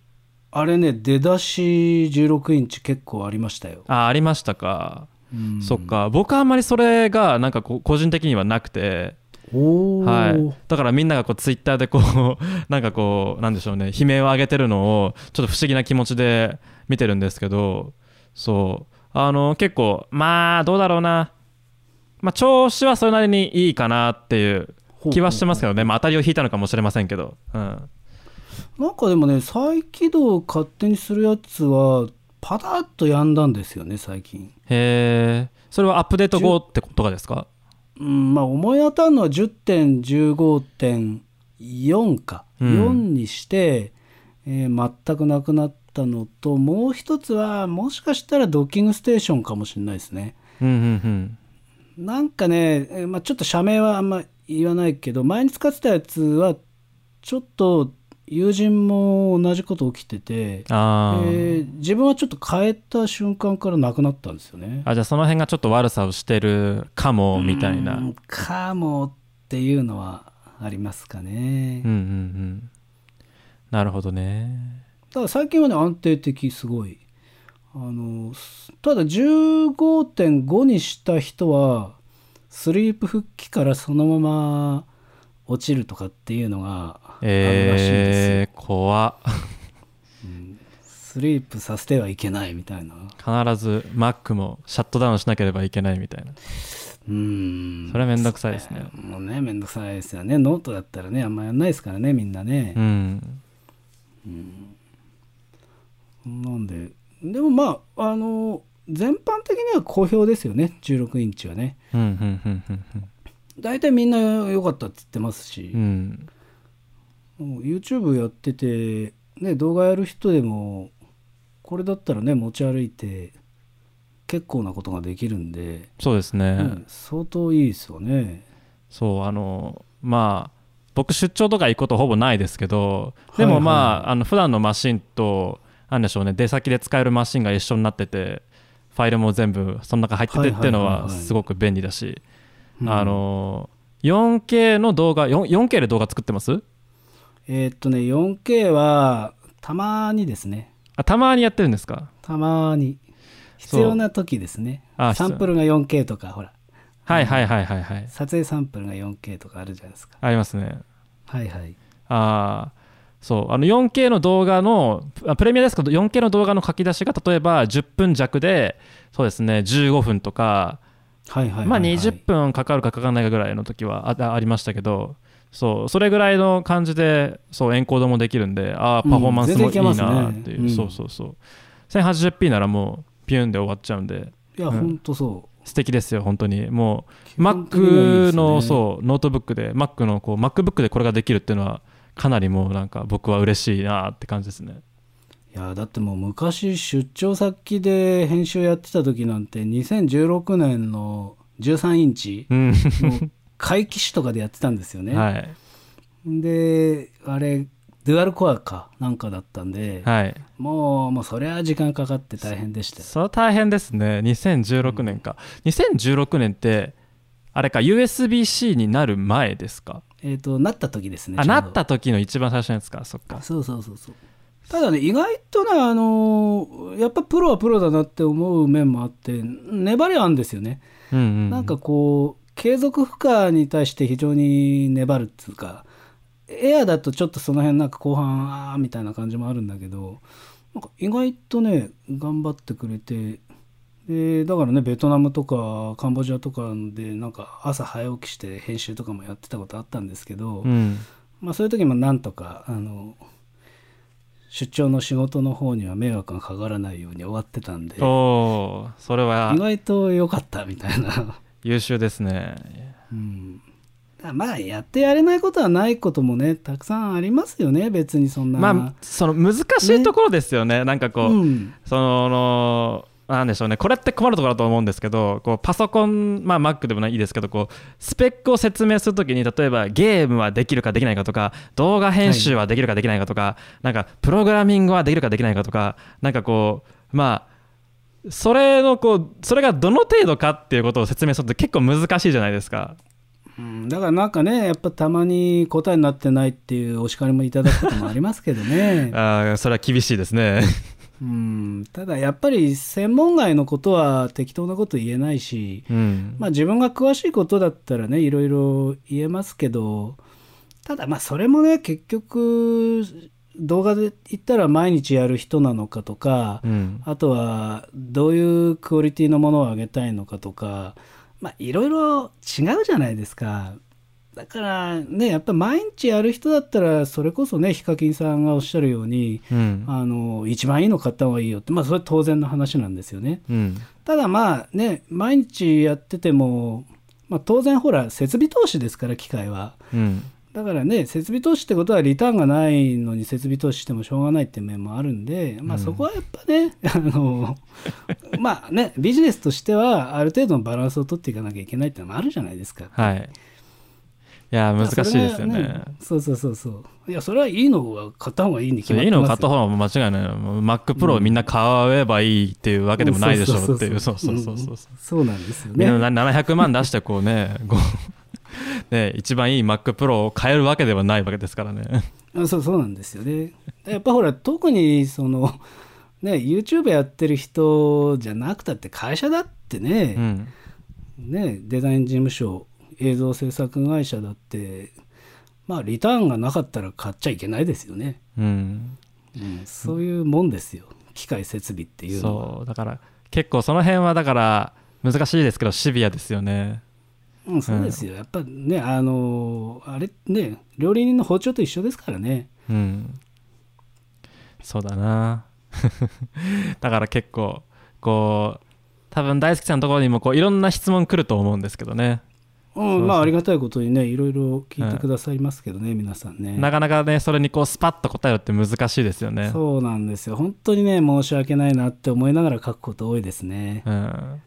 S2: あれね、出だし16インチ結構ありましたよ。
S1: あありましたか
S2: うん
S1: そっ。か僕はあんまりそれがなんかこう個人的にはなくて、
S2: おお、
S1: はい、だからみんながこうツイッターでこう [laughs] なんかこうなんでしょうね悲鳴を上げてるのをちょっと不思議な気持ちで見てるんですけどそうあの結構まあどうだろうな、まあ、調子はそれなりにいいかなっていう気はしてますけどね、まあ、当たりを引いたのかもしれませんけど、うん、
S2: なんかでもね、再起動を勝手にするやつは、パタッとやんだんですよね、最近。
S1: へえそれはアップデート後ってことかですか
S2: うん、まあ思い当たるのは10.15.4か。
S1: うん
S2: 4にして、えー全くなくなったのと、もう一つは、もしかしたらドッキングステーションかもしれないですね。
S1: うんうん
S2: なんかね、えーまあ、ちょっと社名はあんま言わないけど、前に使ってたやつは、ちょっと友人も同じこと起きてて、
S1: あー、
S2: えー自分はちょっと変えた瞬間からなくなったんですよね。
S1: あじゃあその辺がちょっと悪さをしてるかもみたいな。う
S2: うんんかもっていうのはありますかね。
S1: うんうん。なるほどね。
S2: ただ最近はね安定的すごいあのすただ15.5にした人はスリープ復帰からそのまま落ちるとかっていうのがあるらしいんですよ、
S1: えー、怖っ
S2: スリープさせてはいけないみたいな
S1: 必ず Mac もシャットダウンしなければいけないみたいな。
S2: うん
S1: それはめんどくさいですね。
S2: もうねめんどくさいですよねノートだったらねあんまやんないですからねみんなね
S1: う、ん。
S2: なんででもまああの全般的には好評ですよね16インチはね
S1: うんうんうんうんうん
S2: 大体みんな良かったって言ってますし
S1: う、ん。
S2: もう YouTube やってて、ね、動画やる人でもこれだったらね持ち歩いて結構なことができるんで、
S1: そうですね。
S2: うん相当いいですよね。
S1: そうあのまあ僕出張とか行くことほぼないですけどでもまあ,、
S2: はい
S1: あの普段のマシンとなんでしょうね出先で使えるマシンが一緒になっててファイルも全部その中入っててっていうの
S2: はいはい
S1: は
S2: はいはい
S1: すごく便利だし、
S2: うん
S1: あの 4K の動画 4- 4K で動画作ってます
S2: えーっとね 4K はたまにですね
S1: あたまにやってるんですか
S2: たまに必
S1: そう
S2: 要な時ですね
S1: あ
S2: サンプルが 4K とかほら
S1: はいはいはいはいはい
S2: 撮影サンプルが 4K とかあるじゃないですか
S1: ありますね
S2: はいはい
S1: あーそうあの 4K の動画のあプレミアですけど 4K の動画の書き出しが例えば10分弱でそうですね15分とか
S2: はいはいはいはい、
S1: まあ20分かかるかかかんないかぐらいの時はああありましたけどそうそれぐらいの感じでそうエンコードもできるんでああ
S2: うん
S1: パフォーマンスもいい
S2: 全然いけ
S1: な
S2: ま
S1: っ
S2: すね
S1: ていう、
S2: うん
S1: そうそうそう 1080p ならもうピュンで終わっちゃうんで
S2: いや、
S1: うん
S2: ほんとそ
S1: 素敵ですよ本当にも
S2: う
S1: う Mac のそうノートブックで Mac のこう MacBook でこれができるっていうのはかなりもうなんか僕は嬉しいなって感じですね
S2: いやだってもう昔出張先で編集やってた時なんて2016年の13インチ
S1: うん
S2: の回帰種とかでやってたんですよ
S1: [laughs]
S2: ね、
S1: はい
S2: であれデュアルコアかなんかだったんで、
S1: はい
S2: もうもうそりゃ時間かかって大変でしたよ
S1: それは大変ですね2016年か、2016年ってあれか USB-C になる前ですか
S2: えっ、となった時ですね
S1: あ
S2: ちょう
S1: な
S2: ど
S1: った時の一番最初のやつかそっか
S2: そうそうそうそうただね意外とねあのーやっぱプロはプロだなって思う面もあって粘りはあるんですよね
S1: うんうんうん
S2: なんかこう継続負荷に対して非常に粘るっていうかエアだとちょっとその辺なんか後半あーみたいな感じもあるんだけどなんか意外とね頑張ってくれてでだからねベトナムとかカンボジアとかでなんか朝早起きして編集とかもやってたことあったんですけど、
S1: うん
S2: まあ、そういう時もなんとかあの出張の仕事の方には迷惑がかからないように終わってたんで
S1: おおそれは
S2: 意外と良かったみたいな。
S1: 優秀ですね
S2: うんまあやってやれないことはないこともねたくさんありますよね別にそんな
S1: まあその難しいところですよねなんかこう、
S2: うん
S1: そのなんでしょうねこれって困るところだと思うんですけどこうパソコン、まあ、Mac でもないいですけどこうスペックを説明するときに例えばゲームはできるかできないかとか動画編集はできるかできないかとか、なんかプログラミングはできるかできないかとかなんかこうまあそれのこうそれがどの程度かっていうことを説明すると結構難しいじゃないですか。
S2: うんだからなんかねやっぱたまに答えになってないっていうお叱りもいただくこともありますけどね、
S1: [laughs] あーそれは厳しいですね。
S2: うん、ただやっぱり専門外のことは適当なこと言えないし、
S1: うん
S2: まあ、自分が詳しいことだったらねいろいろ言えますけどただまあそれもね結局動画で言ったら毎日やる人なのかとか、
S1: うん
S2: あとはどういうクオリティのものを上げたいのかとかまあいろいろ違うじゃないですかだからねやっぱ毎日やる人だったらそれこそねヒカキンさんがおっしゃるように
S1: うん
S2: あの一番いいの買った方がいいよってまあそれは当然の話なんですよね
S1: うん
S2: ただまあね毎日やってても、まあ、当然ほら設備投資ですから機械は
S1: うん
S2: だからね設備投資ってことはリターンがないのに設備投資してもしょうがないって面もあるんで、まあ、
S1: うん
S2: そこはやっぱね、あの [laughs] まあねビジネスとしてはある程度のバランスを取っていかなきゃいけないってのもあるじゃないですか。
S1: はい。や難しいですよ
S2: いやそれ
S1: ね
S2: はそうそうそうそういやそれはいいのは買った方がいいに決まっ
S1: い
S2: て
S1: い
S2: ますよ
S1: のを買った方が間違いないもう MacPro をみんな買えばいいっていうわけでもないでしょうっていうそうそうそうそ
S2: ん
S1: う
S2: そうなんですよ
S1: み
S2: ね
S1: んなな700万出してこうね [laughs] こうね一番いい MacPro を買えるわけではないわけですからね
S2: あそうそうなんですよねやっぱほら特にそのね YouTube やってる人じゃなくたって会社だって
S1: う
S2: ね,、
S1: ん
S2: ねデザイン事務所映像制作会社だってまあリターンがなかったら買っちゃいけないですよね、
S1: うん
S2: うん、そういうもんですよ機械設備っていうのは
S1: そうだから結構その辺はだから難しいですけどシビアですよね
S2: う,、ん、そうですよやっぱねあのあれね料理人の包丁と一緒ですからね
S1: うんそうだな [laughs] だから結構こう多分大好きさんのところにもこういろんな質問来ると思うんですけどね
S2: うん
S1: そうそう
S2: まあありがたいことにねいろいろ聞いてくださいますけどね、皆さんね
S1: なかなかねそれにこうスパッと答えるって難しいですよね
S2: そうなんですよ本当にね申し訳ないなって思いながら書くこと多いですね。
S1: うん、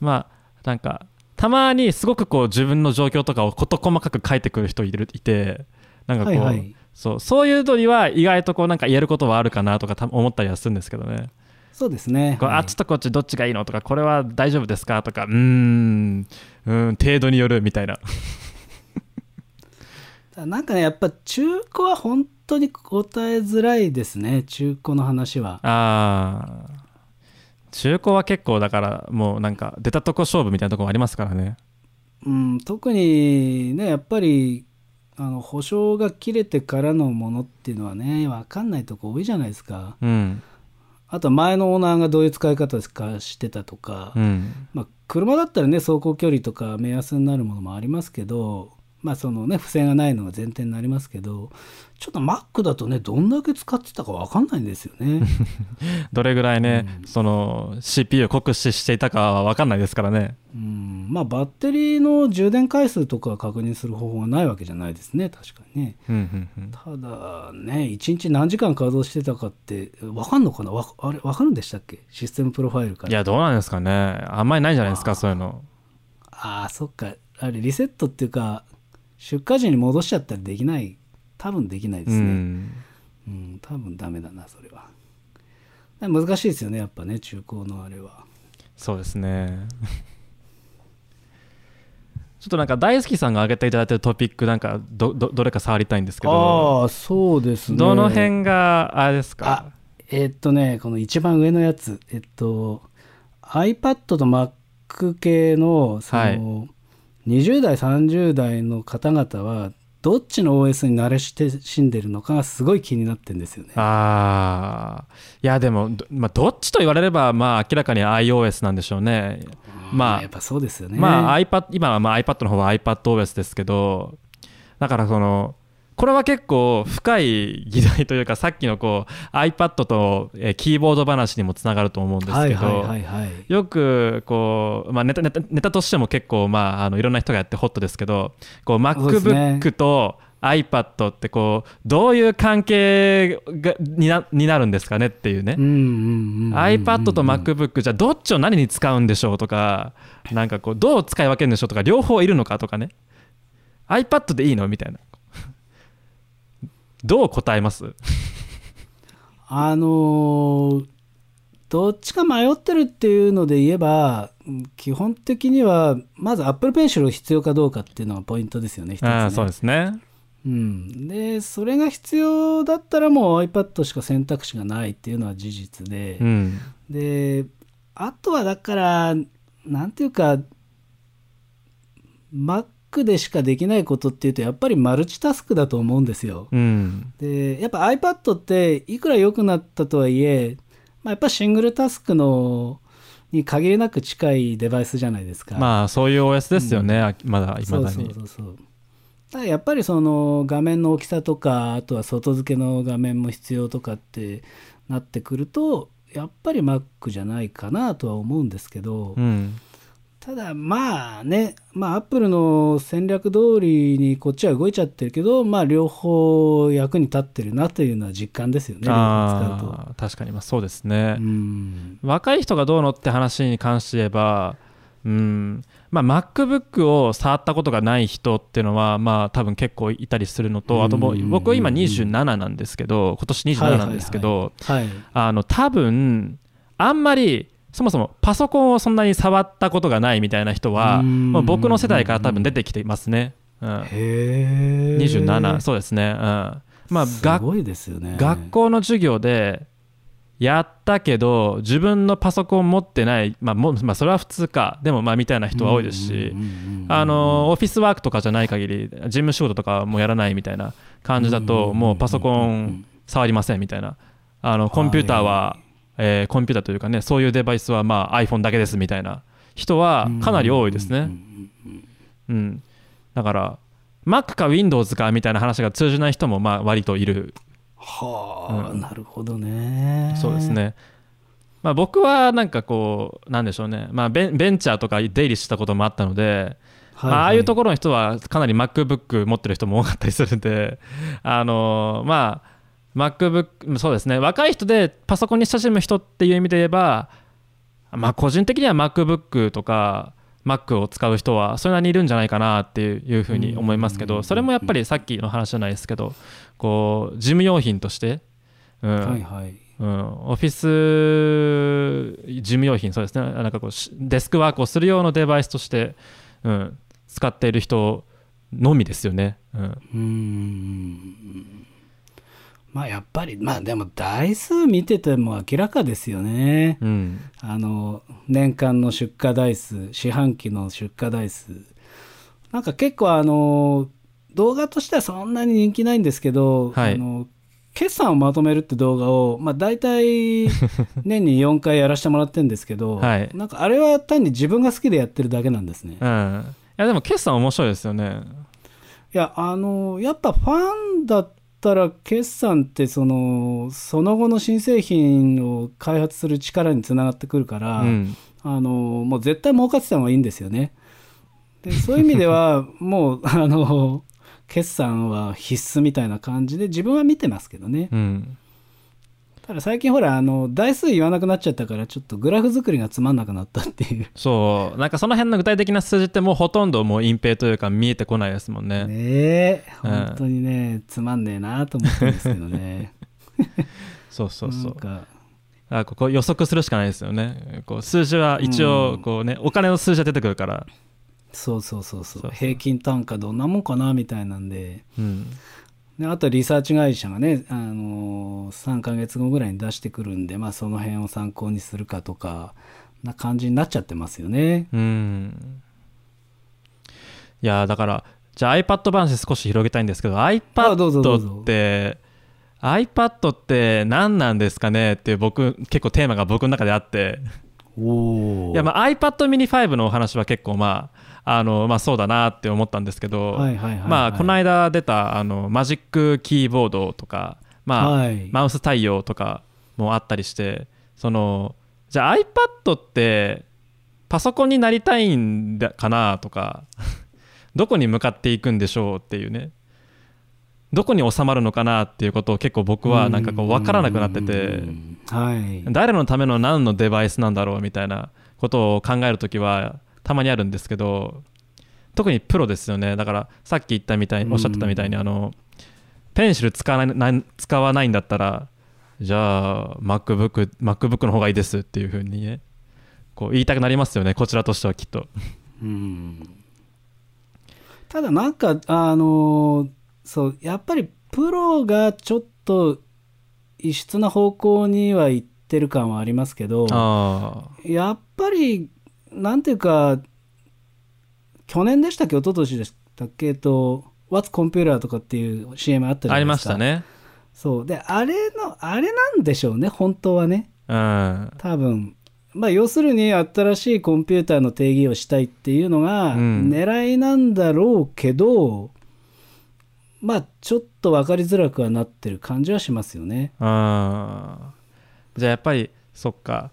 S1: まあなんかたまにすごくこう自分の状況とかを事細かく書いてくる人いるいてなんかこ
S2: は
S1: う、
S2: いはい、
S1: そうそういうのには意外とこうなんか言えることはあるかなとかた思ったりはするんですけどね、
S2: そうですね。
S1: こう
S2: はい
S1: あっちとこっちどっちがいいのとかこれは大丈夫ですかとかうーんうーん程度によるみたいな
S2: ただなんかねやっぱ中古は本当に答えづらいですね中古の話は。
S1: あー中古は結構だからもうなんか出たとこ勝負みたいなとこもありますからね
S2: うん、特にねやっぱりあの保証が切れてからのものっていうのはね分かんないとこ多いじゃないですか。
S1: うん
S2: あと前のオーナーがどういう使い方かしてたとか。
S1: うん
S2: まあ、車だったらね走行距離とか目安になるものもありますけど、まあそのね、不正がないのが前提になりますけどちょっと Mac だとねどんだけ使ってたか分かんないんですよね。
S1: どれぐらいね、その CPU 酷使していたかは分かんないですからね
S2: うんまあ、バッテリーの充電回数とか確認する方法はないわけじゃないですね確かにね。
S1: うんうんうん
S2: ただね1日何時間稼働してたかって分かんのかなわあれ分かるんでしたっけシステムプロファイルから。
S1: いやどうなんですかねあんまりないんじゃないですかそういうの
S2: ああそっかあれリセットっていうか出荷時に戻しちゃったらできない多分できないで
S1: う
S2: すね。
S1: ん
S2: うん、多分ダメだな、それは。だから難しいですよね、やっぱね、中古のあれは。
S1: そうですね [laughs] ちょっとなんか大好きさんが挙げていただいてるトピックなんかどどどれか触りたいんですけど
S2: ああ、そうですね。
S1: どの辺があれですか
S2: えっとね、この一番上のやつ、えっと、iPad と Mac 系の、その、
S1: はい
S2: 20代、30代の方々は、どっちの OS に慣れ親んでるのかがすごい気になってんですよね。
S1: ああいやでもど,、まあ、どっちと言われればまあ明らかに iOS なんでしょうねまあ
S2: やっぱそうですよね。
S1: まあ、iPad 今はまあ iPad の方は iPadOS ですけどだからそのこれは結構深い議題というかさっきのこう iPad とえーキーボード話にもつながると思うんですけど、
S2: はいはいはいはい。
S1: よくこう、まあ、ネタネタネタとしても結構、まあ、あのいろんな人がやってホットですけどこう
S2: そうですね
S1: MacBook と iPad ってこうどういう関係がになになるんですかねっていうね
S2: うんうんうんうんうん
S1: iPad と MacBook じゃあどっちを何に使うんでしょうとかなんかこうどう使い分けるんでしょうとか両方いるのかとかね iPad でいいのみたいなどう答えます
S2: あのーどっちか迷ってるっていうので言えば、うん基本的には、まず Apple Pencil 必要かどうかっていうのがポイントですよね、一つね
S1: ああそうですね
S2: うん。で、それが必要だったらもう iPad しか選択肢がないっていうのは事実で、
S1: うん
S2: で、あとはだから、なんていうか、Mac でしかできないことっていうと、やっぱりマルチタスクだと思うんですよ。
S1: うん
S2: でやっぱ iPad っていくら良くなったとはいえ、まあ、やっぱシングルタスクのに限りなく近いデバイスじゃないですか。
S1: まあそういう OS ですよね、あまだいまだに
S2: そうそうそうそうただやっぱりその画面の大きさとかあとは外付けの画面も必要とかってなってくるとやっぱり Mac じゃないかなとは思うんですけど、
S1: うん
S2: ただまあねまあ Apple の戦略通りにこっちは動いちゃってるけどまあ両方役に立ってるなというのは実感ですよね両方使うと。
S1: ああ確かにまあそうですね
S2: う、ん
S1: 若い人がどうのって話に関して言えばうんまあ、MacBook を触ったことがない人っていうのは、まあ、多分結構いたりするのとあとも
S2: うんうんう
S1: うん僕は今27なんですけど今年27なんですけど、
S2: はい。
S1: あの多分あんまりそもそもパソコンをそんなに触ったことがないみたいな人は、
S2: うん
S1: まあ、僕の世代から多分出てきていますね、うん、
S2: へえ。
S1: 27そうですね、うんまあ、
S2: す
S1: 学
S2: ごいですよね。
S1: 学校の授業でやったけど自分のパソコン持ってない、まあもまあ、それは普通かでもまあみたいな人は多いですし
S2: うんうんうんうんうん
S1: あのオフィスワークとかじゃない限り事務仕事とかもやらないみたいな感じだ
S2: うんうんうん
S1: と
S2: うん
S1: もうパソコン触りませんみたいなあのコンピューターは
S2: は、
S1: えーコンピューターというかねそういうデバイスはまあ iPhone だけですみたいな人はかなり多いですね。
S2: うんうんうん
S1: うん、だから Mac か Windows かみたいな話が通じない人もまあ割といる
S2: はあ、
S1: うん
S2: なるほどね。
S1: そうです。ね、まあ、僕はなんかこうなんでしょうね、まあ、ベンベンチャーとか出入りしたこともあったので、
S2: は
S1: まあ、ああいうと
S2: こ
S1: ころの人はかなり MacBook 持ってる人も多かったりするんで [laughs] あのまあ MacBook そうですね若い人でパソコンに親しむ人っていう意味で言えば、まあ、個人的には MacBook とか Mac を使う人はそれなりにいるんじゃないかなっていうふうに思いますけ
S2: うん
S1: どそれもやっぱりさっきの話じゃないですけどこう事務用品として、うん
S2: はいはい。
S1: うん、オフィス事務用品、そうですね、なんかこうしデスクワークをするようなデバイスとして、うん、使っている人のみですよね。うん、
S2: うーん。まあやっぱり、まあでも台数見てても明らかですよね。
S1: うん、
S2: あの、年間の出荷台数、四半期の出荷台数。なんか結構あの、動画としてはそんなに人気ないんですけど、
S1: はい
S2: あの決算をまとめるって動画を、まあ、大
S1: [laughs]
S2: 体年に4回やらせてもらってるんですけど、
S1: はい
S2: なんかあれは単に自分が好きでやってるだけなんですね。
S1: うん、いやでも、決算面白いですよね。
S2: いや、あの、やっぱファンだったら、決算ってその、その後の新製品を開発する力につながってくるか
S1: う
S2: ら、
S1: ん、
S2: あの、もう絶対儲かってた方がいいんですよね。でそういう意味
S1: [laughs]
S2: では、もう、あの、決算は必須みたいな感じで、自分は見てますけどね。
S1: うん、
S2: ただ最近ほら、あの、台数言わなくなっちゃったから、ちょっとグラフ作りがつまんなくなったっていう。
S1: そう、なんかその辺の具体的な数字って、もうほとんどもう隠蔽というか、見えてこないですもんね。
S2: ねえ、
S1: うん
S2: 本当にね、つまんねえなと思ってるんですけどね。
S1: そう [laughs] そうそう
S2: なん。か
S1: あここ予測するしかないですよね。こう数字は一応こう、ねお金の数字は出てくるから。
S2: そうそうそうそう
S1: そうそう
S2: 平均単価どんなもんかなみたいなんで
S1: うん
S2: であとリサーチ会社がね、あのー3ヶ月後ぐらいに出してくるんで、まあ、その辺を参考にするかとかな感じになっちゃってますよね。
S1: うんいやーだからじゃあ iPad 話少し広げたいんですけど
S2: あどうぞどう
S1: iPad
S2: ぞ
S1: って iPad って何なんですかねっていう僕結構テーマが僕の中であって
S2: お
S1: いやまあ iPad mini5 のお話は結構まああのまあそうだなって思ったんですけど、
S2: はいはいはいはい
S1: まあこの間出たあのマジックキーボードとかまあ、
S2: はい
S1: マウス対応とかもあったりしてそのじゃあ iPad ってパソコンになりたいんだかなとか [laughs] どこに向かっていくんでしょうっていうねどこに収まるのかなっていうことを結構僕はなんかこう分からなくなってて
S2: うんはい
S1: 誰のための何のデバイスなんだろうみたいなことを考えるときはたまにあるんですけど特にプロですよねだからさっき言ったみたい
S2: うん
S1: おっしゃってたみたいにあのペンシル使わないなん使わないんだったらじゃあ MacBook, MacBook の方がいいですっていうふうにねこう言いたくなりますよねこちらとしてはきっと
S2: うんただなんかあのーそうやっぱりプロがちょっと異質な方向には行ってる感はありますけど
S1: あ
S2: やっぱり、なんていうか、去年でしたっけ、一昨年でしたっけ、えっと、What's Computer とかっていう CM あっ
S1: あ
S2: たじゃな
S1: あ
S2: い
S1: り
S2: で
S1: ますし
S2: か。
S1: た。ね
S2: そう。で、あれの、あれなんでしょうね、本当はね。
S1: うん
S2: 多分。まあ、要するに、新しいコンピューターの定義をしたいっていうのが、
S1: うん
S2: 狙いなんだろうけど、まあ、ちょっと分かりづらくはなってる感じはしますよね。
S1: あーじゃあやっぱりそっか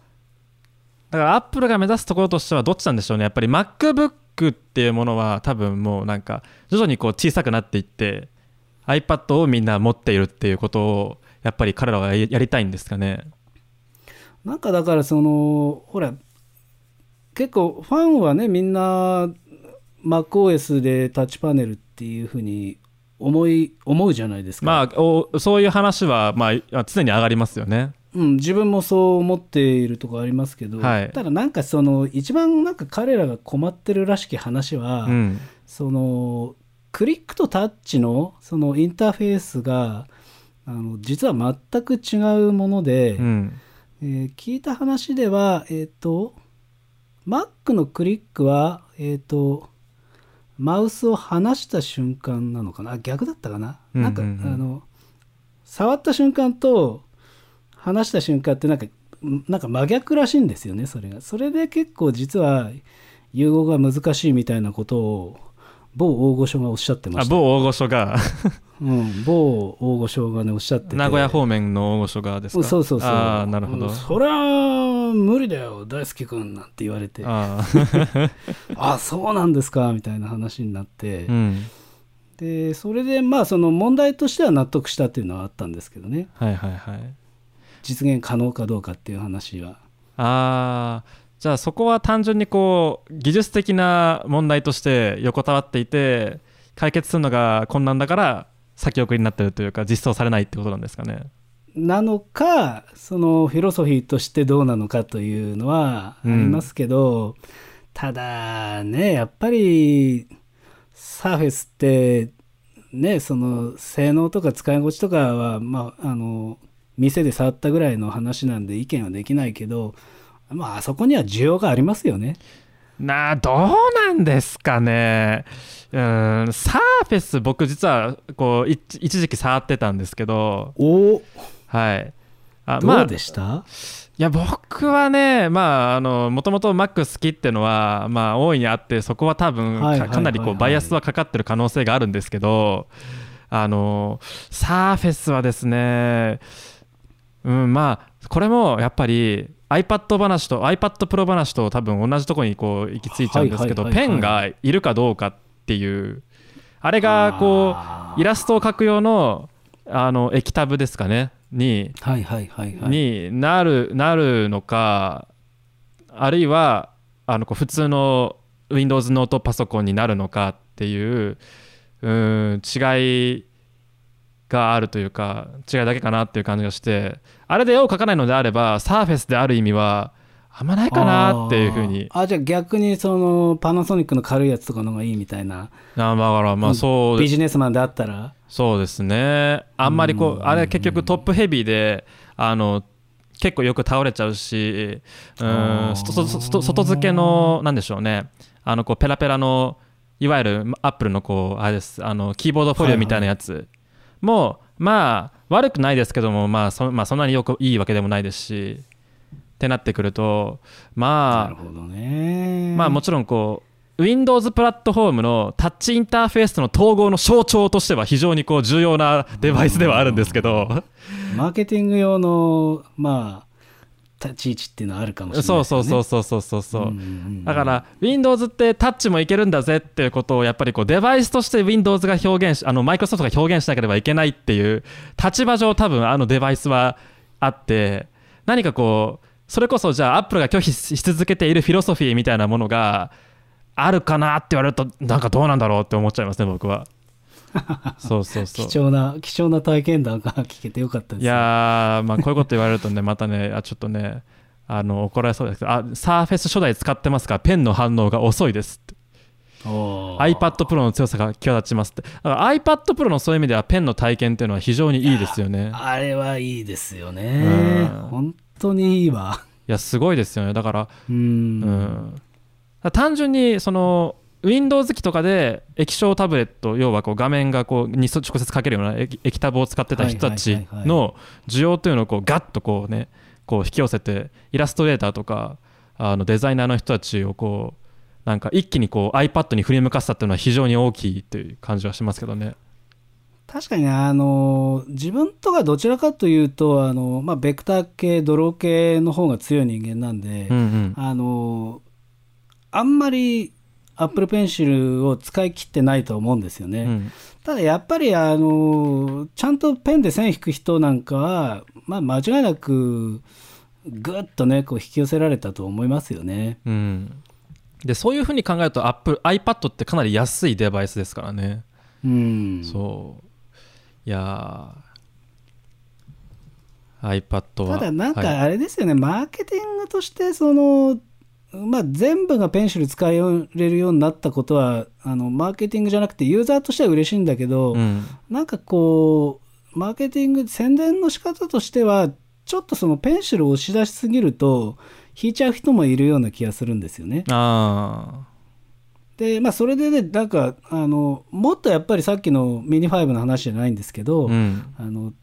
S1: だからアップルが目指すところとしてはどっちなんでしょうねやっぱり MacBook っていうものは多分もうなんか徐々にこう小さくなっていって iPad をみんな持っているっていうことをやっぱり彼らはややりたいんですかね
S2: なんかだからそのほら結構ファンはねみんな MacOS でタッチパネルっていうふうに思い思うじゃないですか、
S1: まあ、おそういう話は、まあ、常に上がりますよね。
S2: うん、自分もそう思っているとこありますけど、
S1: はい
S2: ただなんかその一番なんか彼らが困ってるらしき話は、
S1: うん、
S2: そのクリックとタッチのそのインターフェースがあの実は全く違うもので、
S1: うん、
S2: えー聞いた話ではえっ、と Mac のクリックはえっ、とマウスを離した瞬間なのかなあ逆だったかな、
S1: うんうんう
S2: なんんかあの触った瞬間と離した瞬間ってなんかなんか真逆らしいんですよねそれがそれで結構実は融合が難しいみたいなことを某大御所がおっしゃってま
S1: あ
S2: した
S1: 某大御所が、
S2: うん、某大御所がねおっしゃってて
S1: 名古屋方面の大御所がですか。
S2: そうそうそう
S1: ああ、なるほど。
S2: うんそりゃ無理だよ大輔君なんて言われてあ
S1: ああ、
S2: あそうなんですかみたいな話になって、
S1: [laughs] うん、
S2: でそれでまあその問題としては納得したっていうのはあったんですけどね
S1: はいはいはい。
S2: 実現可能かどうかっていう話は
S1: ああ、じゃあそこは単純にこう技術的な問題として横たわっていて解決するのが困難だから先送りになってるというか実装されないってことなんですかね。
S2: なのかそのフィロソフィーとしてどうなのかというのはありますけど、ただねやっぱりサーフェスってねその性能とか使い心地とかは、まあ、あの店で触ったぐらいの話なんで意見はできないけど、まあ、あそこには需要がありますよね。
S1: なあどうなんですかねうーんサーフェス僕実はこうい一時期触ってたんですけど
S2: お
S1: はいあま
S2: ど
S1: あ
S2: うでした、
S1: いや僕はねまああのもともと Mac 好きってのはまあ大いにあってそこは多分か,、
S2: はいはいはいはい
S1: かなりこうバイアスはかかってる可能性があるんですけどあのサーフェスはですねうんまあこれもやっぱり iPad 話と iPad Pro 話と多分同じとこにこう行き着いちゃうんですけど、
S2: はいはいはいは
S1: ペ
S2: い
S1: ンがいるかどうかっていうあれがこ
S2: あ
S1: う
S2: ー
S1: イラストを描く用のあの液タブですかねに
S2: はいはいはいはい。
S1: になるなるのかあるいはあのこう普通の Windows ノートパソコンになるのかっていううん違いがあるというか違いだけかなっていう感じがしてあれで絵を描かないのであれば Surface である意味はあんまないかなっていうふうに
S2: あーあじゃあ逆にそのパナソニックの軽いやつとかの方がいいみたい
S1: あ
S2: な
S1: だからまあそう
S2: ビジネスマンであったら
S1: そうですねあんまりこうあれ結局トップヘビーであの結構よく倒れちゃうしうん
S2: あー
S1: 外外外外付けのなんでしょうねあのこうペラペラのいわゆるアップルのこうあれですあのキーボードフォリオみたいなやつも、まあ悪くないですけども、まあそまあ、そんなによくいいわけでもないですしってなってくるとまあ
S2: なるほどね
S1: まあもちろんこう Windows プラットフォームのタッチインターフェースの統合の象徴としては非常にこう重要なデバイスではあるんですけど、
S2: マーケティング用のまあ立ち位置っていうのはあるかもしれない
S1: そうそうそううそうそうそうそう。だ
S2: だ
S1: から Windows ってタッチもいけるんだぜっていうことをやっぱりこうデバイスとして Windows が表現しあの Microsoft が表現しなければいけないっていう立場上多分あのデバイスはあって何かこうそれこそじゃあ Apple が拒否し続けているフィロソフィーみたいなものがあるかなって言われるとなんかどうなんだろうって思っちゃいますね僕
S2: [laughs]
S1: はそうそうそう
S2: 貴重な貴重な体験談が聞けてよかったです
S1: いやー、まあ、こういうこと言われるとね、またね、あちょっとね、あの怒られそうですけど、あサーフェス初代使ってますから、ペンの反応が遅いですって、
S2: おー
S1: iPad Pro の強さが際立ちますって、だから iPad Pro のそういう意味では、ペンの体験っていうのは非常にいいですよね。
S2: あれはいいですよ
S1: うん
S2: ね本当にいいわ
S1: いや、すごいですよね。だから、
S2: う
S1: うん
S2: ん、
S1: 単純にその Windows 機とかで液晶タブレット要はこう画面がこうに直接かけるような液液タブを使ってた人た
S2: はい
S1: ち
S2: はいはいはい
S1: の需要というのをこうガッとこうねこう引き寄せてイラストレーターとかあのデザイナーの人たちをこうなんか一気にこう iPad に振り向かせたっていうのは非常に大きいという感じはしますけどね。
S2: 確かにねあの自分とかどちらかというとあの、まあ、ベクター系ドロー系の方が強い人間なんで、
S1: うんうん、
S2: あのあんまりアップルペンシルを使い切ってないと思うんですよね、
S1: うん
S2: ただやっぱりあのちゃんとペンで線引く人なんかは、まあ、間違いなくぐっとねこう引き寄せられたと思いますよね
S1: うんでそういうふうに考えると Apple iPad ってかなり安いデバイスですからね、
S2: うん
S1: そういやー iPad は
S2: ただなん
S1: はい
S2: かあれですよね、マーケティングとしてその、まあ、全部がペンシル使えれるようになったことはあのマーケティングじゃなくてユーザーとしては嬉しいんだけど、
S1: うん、
S2: なんかこうマーケティング宣伝の仕方としてはちょっとそのペンシルを押し出しすぎると引いちゃう人もいるような気がするんですよね。
S1: あ
S2: でまあそれでねなんかあのもっとやっぱりさっきのミニ5の話じゃないんですけど、
S1: あうん
S2: あの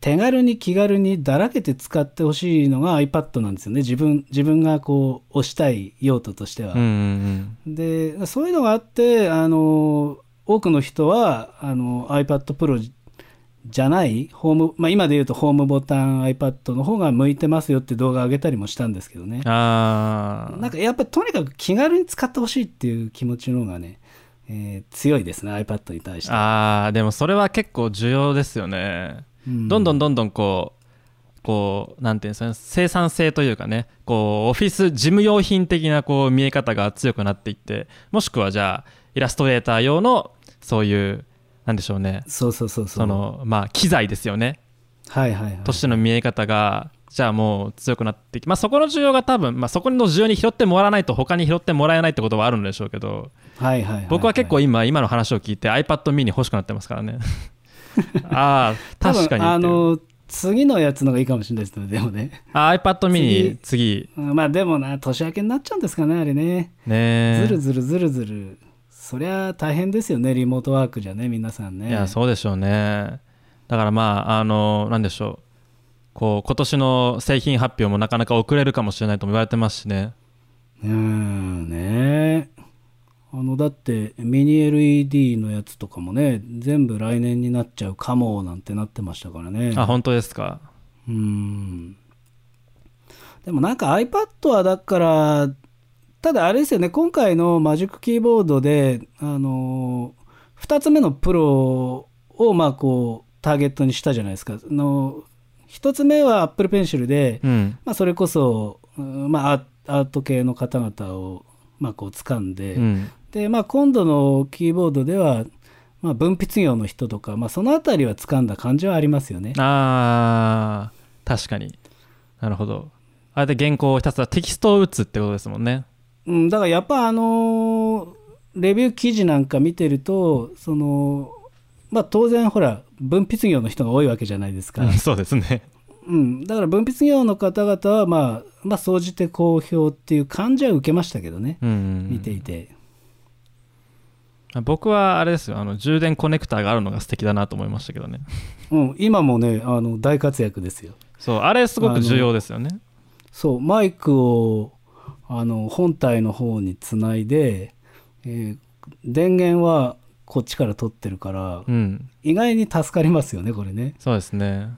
S2: 手軽に気軽にだらけて使ってほしいのが iPad なんですよね自分自分がこう押したい用途としては。
S1: うんうん
S2: でそういうのがあってあの多くの人はあの iPad Pro じゃないホーム、まあ、今で言うとホームボタン iPad の方が向いてますよって動画上げたりもしたんですけどね
S1: うんあ
S2: なん
S1: あ
S2: かやっぱりとにかく気軽に使ってほしいっていう気持ちの方がね、えー強いですね iPad に対して。
S1: あーでもそれは結構重要ですよねどんどんどんどんこうこうなんていうんですかね生産性というかねこうオフィス事務用品的なこう見え方が強くなっていってもしくはじゃあイラストレーター用のそういうなんでしょうね
S2: そうそうそうそ
S1: そ
S2: う
S1: のまあ機材ですよね
S2: はいはいはい、
S1: としての見え方がじゃあもう強くなってきまあそこの需要が多分まあそこの需要に拾ってもらわないと他に拾ってもらえないってことはあるんでしょうけど
S2: はいはいはいはい
S1: 僕は結構今今の話を聞いて iPad mini 欲しくなってますから
S2: [laughs]
S1: ねああ
S2: 多分
S1: 確かに
S2: あ
S1: っていう
S2: の次のやつのがいいかもしれないですねでもね [laughs]
S1: あ iPad mini 次
S2: うんまあでもな年明けになっちゃうんですかねあれね
S1: ねえ
S2: ずるずるずるずるそりゃ大変ですよねリモートワークじゃね皆さんね
S1: いやそうでしょうねだからまああのなんでしょうこう今年の製品発表もなかなか遅れるかもしれないとも言われてますしね
S2: うーんねあのだってミニ LED のやつとかもね全部来年になっちゃうかもなんてなってましたからね
S1: あ本当ですか
S2: うーんでもなんか iPad はだから、ただあれですよね、今回のマジックキーボードで、あのー、2つ目のプロをまあこうターゲットにしたじゃないですか。あの1つ目は Apple Pencil で、
S1: うん
S2: まあ、それこそ、うんまあ、アアート系の方々をまあこう掴んで、
S1: うん
S2: で、まあ、今度のキーボードでは、まあ、文筆業の人とか、まあ、そのあたりは掴んだ感じはありますよね。
S1: あー確かになるほどあれで原稿をひたすらテキストを打つってことですもんね
S2: うん、だからやっぱあのーレビュー記事なんか見てるとその、まあ、当然ほら文筆業の人が多いわけじゃないですか、
S1: [laughs] そうですね
S2: うん、だから文筆業の方々はまあまあ総じて好評っていう感じは受けましたけどね
S1: うんうん
S2: 見ていて、
S1: 僕はあれですよあの充電コネクターがあるのが素敵だなと思いましたけどね
S2: うん、今もねあの大活躍ですよ
S1: そうあれすごく重要ですよね
S2: そうマイクをあの本体の方につないで、えー電源はこっちから取ってるから、
S1: うん
S2: 意外に助かりますよねこれね
S1: そうですね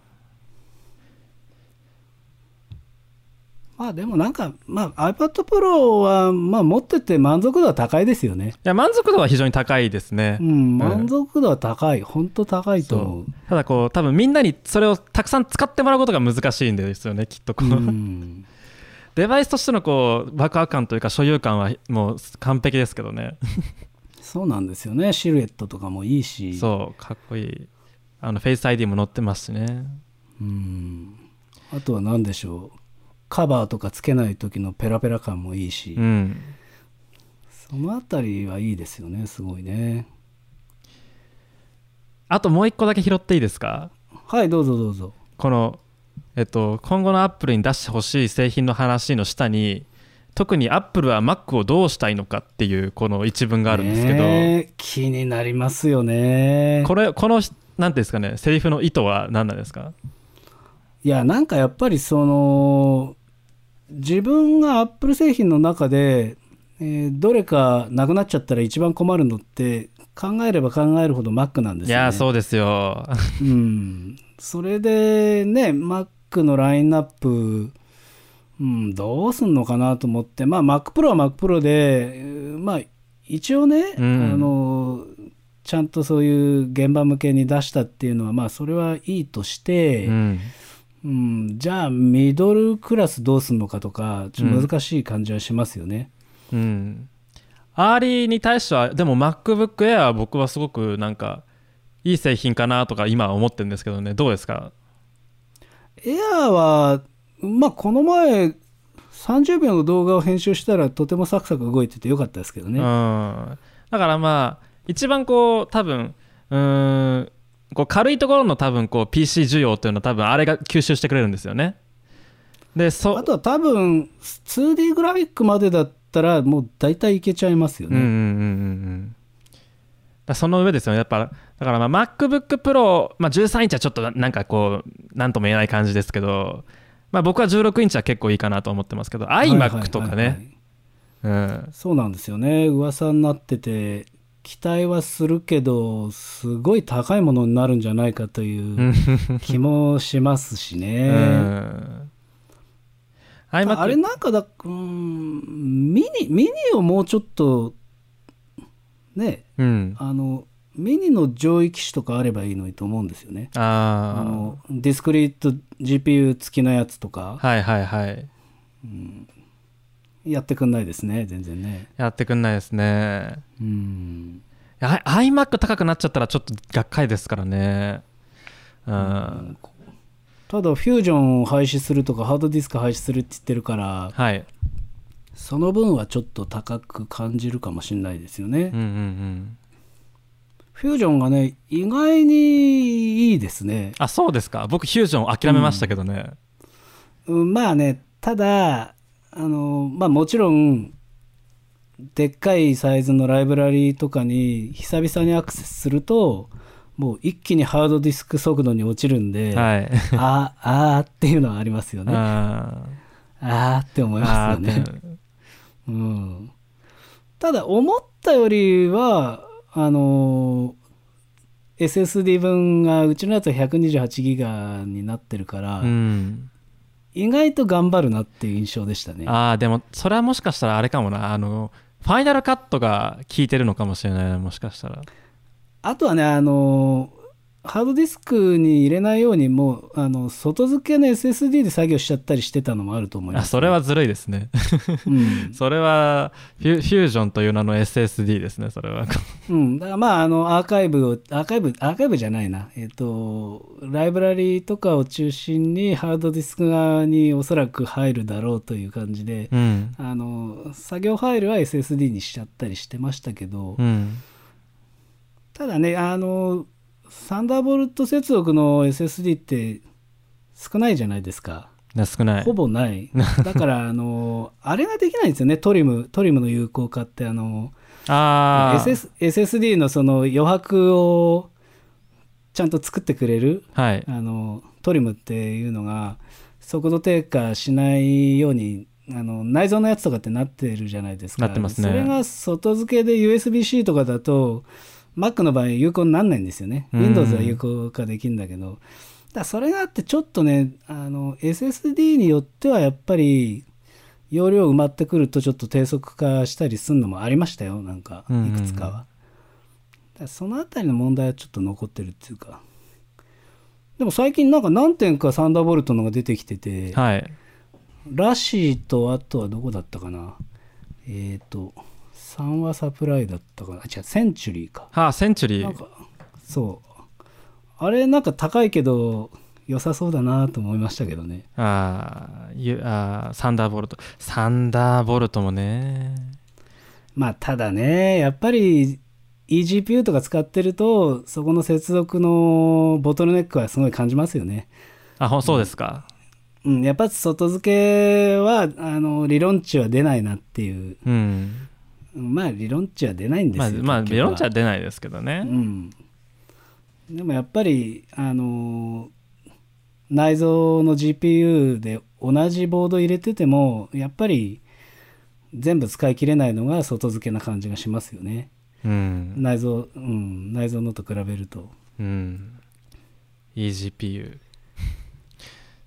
S2: まあでもなんか、まあ、iPad Pro は、まあ、持ってて満足度は高いですよね。
S1: いや満足度は非常に高いですね、
S2: うん、満足度は高い、本当高いと思う。
S1: ただこう多分みんなにそれをたくさん使ってもらうことが難しいんですよねきっとこう、
S2: うん、
S1: [laughs] デバイスとしてのこうワクワク感というか所有感はもう完璧ですけどね
S2: そうなんですよね、シルエットとかもいいし、
S1: そうかっこいいあのフェイス ID も載ってますしね
S2: うん、あとは何でしょう、カバーとかつけない時のペラペラ感もいいし、
S1: うん
S2: そのあたりはいいですよね、すごいね。
S1: あともう一個だけ拾っていいですか
S2: はい、どうぞどうぞ。
S1: この、えっと、今後のアップルに出してほしい製品の話の下に特にアップルは Mac をどうしたいのかっていうこの一文があるんですけど、
S2: ねえ気になりますよね。
S1: これこのなんていうんですかねセリフの意図は何なんですか
S2: いやなんかやっぱりその自分がアップル製品の中で、えーどれかなくなっちゃったら一番困るのって考えれば考えるほど Mac なんです
S1: い
S2: よね。
S1: やーそうですよ
S2: うん、それでね Mac のラインナップ、うん、どうすんのかなと思って、まあ、MacPro は MacPro で、えーまあ、一応ね、
S1: うん
S2: あのちゃんとそういう現場向けに出したっていうのは、まあ、それはいいとして。
S1: うん
S2: うん、じゃあミドルクラスどうすんのかとかちょっと難しい感じはしますよね。
S1: うんアーリーに対してはでも MacBook Air は僕はすごくなんかいい製品かなとか今は思ってるんですけどねどうですか
S2: エアーは、まあ、この前、30秒の動画を編集したら、とてもサクサク動いててよかったですけど
S1: う
S2: ね。
S1: ん、だからまあ一番こう多分うーんこう軽いところの多分こう PC 需要っていうのは多分あれが吸収してくれるんですよねでそ
S2: あとは多分、2D グラフィックまでだったら、もう大体いけちゃいますよ
S1: うんうんうん
S2: ね。
S1: うんうんだからその上ですよねやっぱだからまあ MacBook Pro、まあ、13インチはちょっとななんかこうなんとも言えない感じですけど、まあ、僕は16インチは結構いいかなと思ってますけど
S2: はいはいはいはい
S1: iMac とかね。うん
S2: そうなんですよね。噂になってて、期待はするけど、すごい高いものになるんじゃないかという気もします
S1: [laughs]
S2: し
S1: う
S2: ね。
S1: ん iMac
S2: あれなんかだ、うーん、ミニ、ミニをもうちょっと、ね、
S1: うん
S2: あの、ミニの上位機種とかあればいいのにと思うんですよね。あ
S1: ああ
S2: の、ディスクリート GPU 付きのやつとか、
S1: はいはいはい
S2: やってくんないですね、全然ね。
S1: やってくんないですね
S2: うん。
S1: あ iMac 高くなっちゃったらちょっとがっかりですからねうん
S2: ただ、フュージョンを廃止するとか、ハードディスク廃止するって言ってるから、
S1: はい
S2: その分はちょっと高く感じるかもしれないですよ
S1: うん。う
S2: ね
S1: んうん
S2: フュージョンがね、意外にいいですね。
S1: あそうですか僕フュージョン諦めましたけどね、
S2: うん、まあねただあの、まあ、もちろんでっかいサイズのライブラリとかに久々にアクセスするともう一気にハードディスク速度に落ちるんで、
S1: はい
S2: あ [laughs] あーっていうのはありますよねあ
S1: あー
S2: あーって思いま
S1: あ
S2: すよ
S1: ー
S2: ね
S1: っ、て
S2: うん、ただ思ったよりはあの SSD 分がうちのやつは128ギガになってるから、
S1: うん
S2: 意外と頑張るなっていう印象でしたね
S1: ああでもそれはもしかしたらあれかもなあのファイナルカットが効いてるのかもしれないなもしかしたら
S2: あとはね、あのハードディスクに入れないように、もうあの外付けの SSD で作業しちゃったりしてたのもあると思いま
S1: あ
S2: す。
S1: それはずるいですね
S2: うん、
S1: それはフュフュージョンという名の SSD ですねそれは
S2: うん、だからまあ、あのアーカイブを、アーカイブ、アーカイブじゃないな、えっ、と、ライブラリとかを中心に、ハードディスク側におそらく入るだろうという感じで、
S1: うん
S2: あの作業ファイルは SSD にしちゃったりしてましたけど、
S1: うん
S2: ただね、あの、サンダーボルト接続の SSD って少ないじゃないですか。
S1: ね少ない
S2: ほ
S1: [laughs]
S2: ぼない。だから、あの、あれができないんですよね、トリム、トリムの有効化って、あの、
S1: ああ、
S2: SS、SSD のその余白をちゃんと作ってくれる、
S1: はい
S2: あの、トリムっていうのが、速度低下しないように、あの内蔵のやつとかってなってるじゃないですか。
S1: なってますね
S2: それが外付けで USB-C とかだと、Mac の場合有効になんないんですよね。
S1: うん
S2: Windows は有効化できるんだけど。だからそれがあってちょっとね、あの、SSD によってはやっぱり、容量埋まってくるとちょっと低速化したりするのもありましたよ、なんか、
S1: うんうんうん
S2: いくつかは。だからそのあたりの問題はちょっと残ってるっていうか。でも最近なんか何点かサンダーボルトのが出てきてて、
S1: はい
S2: ラシーとあとはどこだったかなえっ、と、3はサプライだったかなあ違う、センチュリーか。
S1: はあセンチュリ
S2: なん
S1: ー
S2: か、そう。あれなんか高いけど、良さそうだなと思いましたけどね。
S1: あーゆあーサンダーボルトサンダーボルトもね
S2: まあ、ただね、やっぱり eGPU とか使ってると、そこの接続のボトルネックはすごい感じますよね。
S1: あほそうですか
S2: うん、やっぱ外付けは、あの、理論値は出ないなっていう。
S1: うん、
S2: うんまあ、理論値は出ないんで
S1: ますあ
S2: よ。
S1: まあ
S2: 結
S1: ベ
S2: 局は
S1: ロンチャ出ないですけどね、
S2: うん、でもやっぱり、あのー内蔵の GPU で同じボード入れててもやっぱり全部使い切れないのが外付けな感じがしますよね
S1: うん
S2: 内蔵、うん、内蔵のと比べると
S1: うん eGPU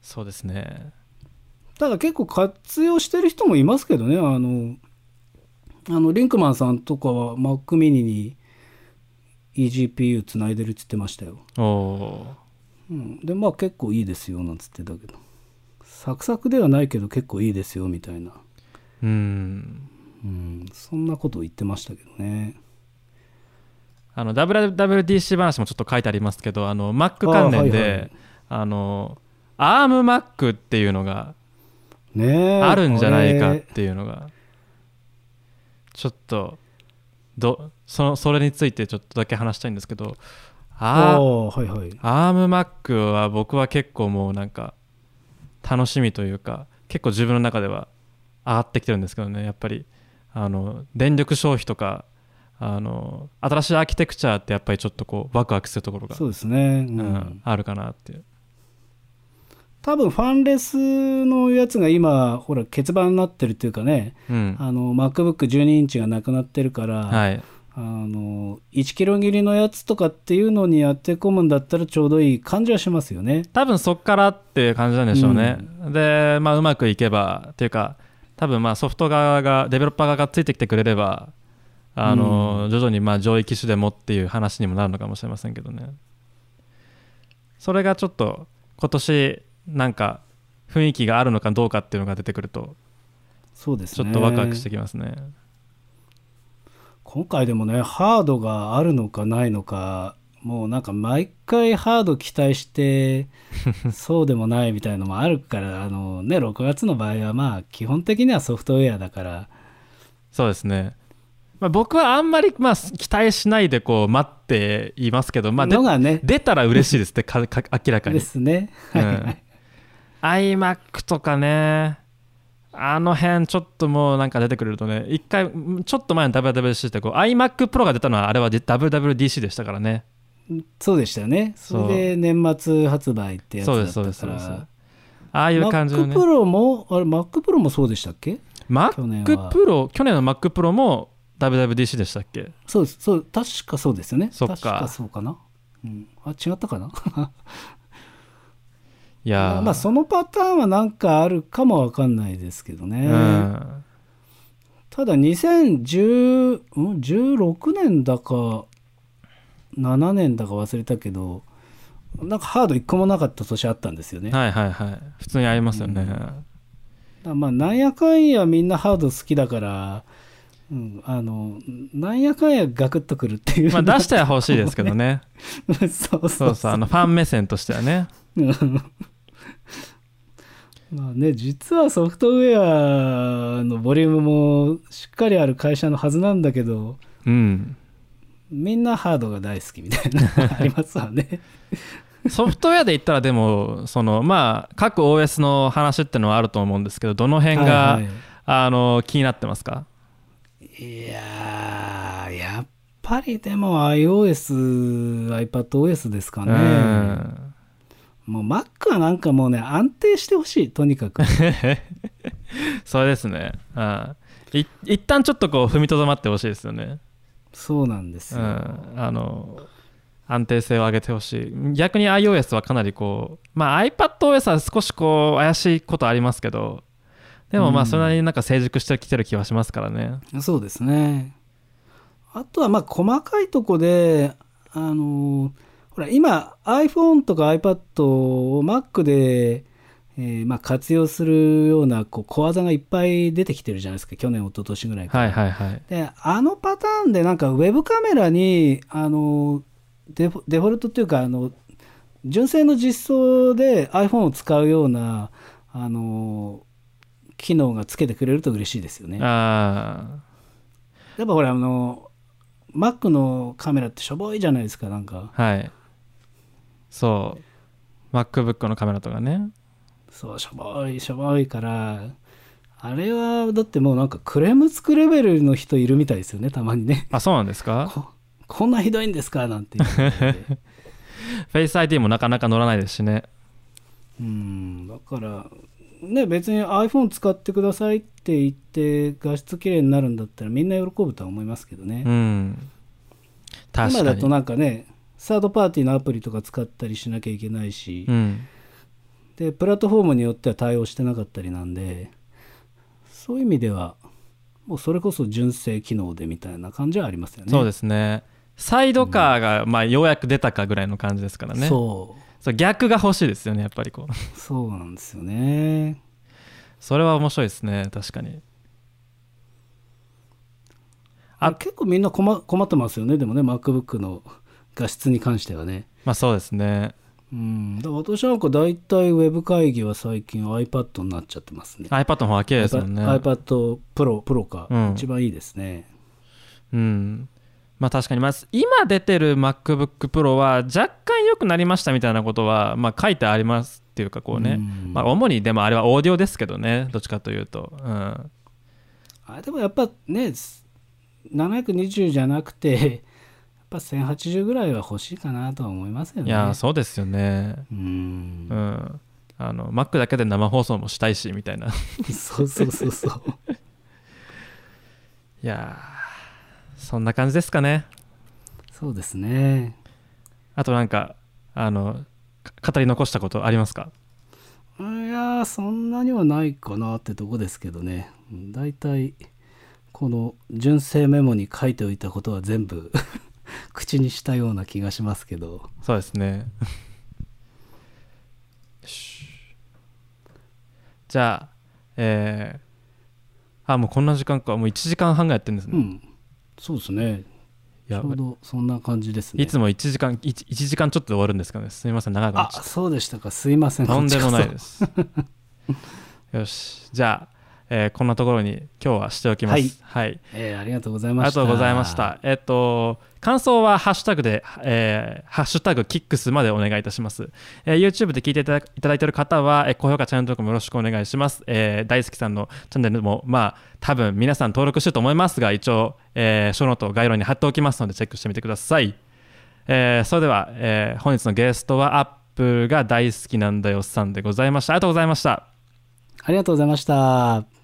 S1: そうですね
S2: ただ結構活用してる人もいますけどねあのあのリンクマンさんとかは Mac mini に eGPU つないでるって言ってましたよ
S1: おお
S2: うん、でまあ結構いいですよなんつってたけどサクサクではないけど結構いいですよみたいな
S1: ーうん
S2: うん、そんなことを言ってましたけどね。
S1: あの WWDC 話もちょっと書いてありますけどあの Mac 関連
S2: あはいはい
S1: であの ARMMac っていうのが
S2: ねえ
S1: あるんじゃないかっ
S2: こ
S1: ていうのがちょっとどそのそれについてちょっとだけ話したいんですけど
S2: れ
S1: あ
S2: あ
S1: ー
S2: あ、はいはい。
S1: アームマックは僕は結構もうなんか楽しみというか結構自分の中では上がってきてるんですけどねやっぱりあの電力消費とかあの新しいアーキテクチャってやっぱりちょっとこうワクワクするところが
S2: そうですね。う。
S1: うんん、あるかなっていう
S2: 多分ファンレスのやつが今、ほら、欠番になってるっていうかね、
S1: うん
S2: あの、MacBook12 インチがなくなってるから、
S1: はい
S2: あの、1キロ切りのやつとかっていうのに当て込むんだったらちょうどいい感じはしますよね。
S1: 多分そっからっていう感じなんでしょうね、でまあうまくいけばっていうか多分まあソフト側がデベロッパー側がついてきてくれればあの、徐々にまあ上位機種でもっていう話にもなるのかもしれませんけどねそれがちょっと今年なんか雰囲気があるのかどうかっていうのが出てくると
S2: そうです
S1: ち
S2: ね。
S1: ょっとワクワクしてきますね
S2: 今回でもねハードがあるのかないのかもうなんか毎回ハード期待して
S1: [laughs]
S2: そうでもないみたいのもあるからあのね6月の場合はまあ基本的にはソフトウェアだから
S1: そうですねまあ、僕はあんまりまあ期待しないでこう待っていますけど、まあ、で
S2: のがね
S1: 出たら嬉しいですってかか明らか
S2: で
S1: に
S2: すね
S1: うん iMac とかねあの辺ちょっともうなんか出てくれるとね一回んちょっと前の WWDC ってこう iMacPro が出たのはあれは WWDC でしたからね
S2: そうでしたよね
S1: そう
S2: それで年末発売ってやつ
S1: そう
S2: だ
S1: で
S2: っ
S1: すそうで
S2: た
S1: すそ
S2: か
S1: うですあ
S2: ら
S1: あいう感じのね
S2: MacPro もあれ MacPro もそうでしたっけ去年は
S1: MacPro 去年の MacPro も WWDC でしたっけ
S2: そうですそう確かそうですよね
S1: そっか
S2: 確かそうかな、うん、あ違ったかない
S1: やー
S2: [laughs] まあそのパターンはなんかあるかもわかんないですけど
S1: う
S2: ね、
S1: ん
S2: ただ2016年だか7年だか忘れたけどなんかハード1個もなかった年あったんですよね、だか
S1: はいはいはい普通にありますよね、
S2: らまあなんやかんやみんなハード好きだから、うん、あのなんやかんやガクッとくるっていう、
S1: まあ出しては欲しいですけどね
S2: そうそ
S1: そ
S2: う
S1: うそうあのファン目線としてはね
S2: うん [laughs] まあね、実はソフトウェアのボリュームもしっかりある会社のはずなんだけど
S1: うん
S2: みんなハードが大好きみたいなのがありますわね。
S1: ソフトウェアで言ったらでもそのまあ各 OS の話ってのはあると思うんですけどどの辺が、
S2: はいは
S1: あの気になってますか
S2: い、いやーやっぱりでも iOS、iPadOS ですか
S1: う
S2: ね。
S1: ん [laughs]
S2: もう Mac はなんかもうね安定してほしいとにかく。
S1: それですね、うん、い一旦ちょっとこう踏みとどまってほしいですよね、
S2: そうなんで
S1: う
S2: す
S1: ん、
S2: よ。
S1: あの安定性を上げてほしい逆に iOS はかなりこうまあ iPadOS は少しこう怪しいことありますけどでもま
S2: う
S1: あ
S2: ん
S1: それなりになんか成熟してきてる気はしますからね
S2: そうですね。あとはまあ細かいとこで、あのーほら今 iPhone とか iPad を Mac で、えーまあ活用するようなこう小技がいっぱい出てきてるじゃないですか去年一昨年ぐらいから。
S1: はいはいはい
S2: であのパターンでなんかウェブカメラにあのデフォデフォルトっていうかあの純正の実装で iPhone を使うようなあの機能がつけてくれると嬉しいですよね。
S1: あ
S2: やっぱほらあの Mac のカメラってしょぼいじゃないですかなんか
S1: あはいそう MacBook のカメラとかね
S2: そうしょぼいしょぼいからあれはだってもうなんかクレームつくレベルの人いるみたいですよねたまにね
S1: あそうなんですか
S2: ここんなひどいんですかなん
S1: [laughs]
S2: て言ってて
S1: Face ID もなかなか乗らないですしね
S2: うんだからね別に iPhone 使ってくださいって言って画質綺麗になるんだったらみんな喜ぶとは思いますけどね、
S1: うん確か
S2: 今
S1: に
S2: だとなんかねサードパーティーのアプリとか使ったりしなきゃいけないし、
S1: うん、
S2: でプラットフォームによっては対応してなかったりなんでそういう意味ではもうそれこそ純正機能でみたいな感じはありますよね。
S1: そうですすねサイドカーが、まあ、ようやく出たかぐらいの感じですからねそう
S2: そ
S1: 逆が欲しいですよねやっぱりこう
S2: うそうなんですよね。
S1: それは面白いですね確かに
S2: あ結構みんな困困ってますよねでもね MacBook の画質に関してはね
S1: まあそうですね。
S2: うんだから私なんか大体ウェブ会議は最近 iPad になっちゃってますね
S1: iPad の方が綺麗ですもんね。
S2: iPad プロプロか、
S1: うん
S2: 一番いいですね
S1: うん。まあ確かに、まあ、今出てる MacBook Pro は若干良くなりましたみたいなことは、まあ、書いてありますっていうかこうね、
S2: うん
S1: まあ、主にでもあれはオーディオですけどねどっちかというと、うん、
S2: あでもやっぱねす720じゃなくてやっぱ1080ぐらいは欲しいかなとは思いますよね
S1: いやーそうですよね
S2: うん
S1: うんあの Mac だけで生放送もしたいしみたい
S2: [laughs]
S1: ない
S2: そうそうそ
S1: [laughs]
S2: うそう
S1: やーそんな感じですかね
S2: そうですね
S1: あとなんかあのか語り残したことありますか
S2: いやーそんなにはないかなってとこですけどねうん大体この純正メモに書いておいたことは全部 [laughs] 口にしたような気がしますけど
S1: そうですねよしじゃあえーあもうこんな時間かもう1時間半がやってるんです
S2: う
S1: ね、
S2: んそうですねち
S1: や
S2: ょ
S1: ば
S2: う
S1: い
S2: どそんな感じですね
S1: いつも1時間 1, 時間ちょっとで終わるんですかねすみません長くなっ
S2: あ
S1: ちゃっ
S2: そうでしたかすいませ
S1: た
S2: ん
S1: とんでもない
S2: こっちこ [laughs]
S1: ですよしじゃあ、えーこんなところに今日はしておきますはい
S2: そえーありがとうござい
S1: あ
S2: ま
S1: りが
S2: した
S1: とうございました。えっと、感想はハッシュタグで、えーハッシュタグキックスまでお願いいたします。えー YouTube で聞いていただいただいている方は、えー高評価、チャンネル登録もよろしくお願いします。えー大好きさんのチャンネルも、まあ、多分皆さん登録してると思いますが、一応、えー、ショーノート概要欄に貼っておきますので、チェックしてみてください。えーそれでは、えー本日のゲストは、アップルが大好きなんだよさんでございました。ありがとうございました。
S2: ありがとうございました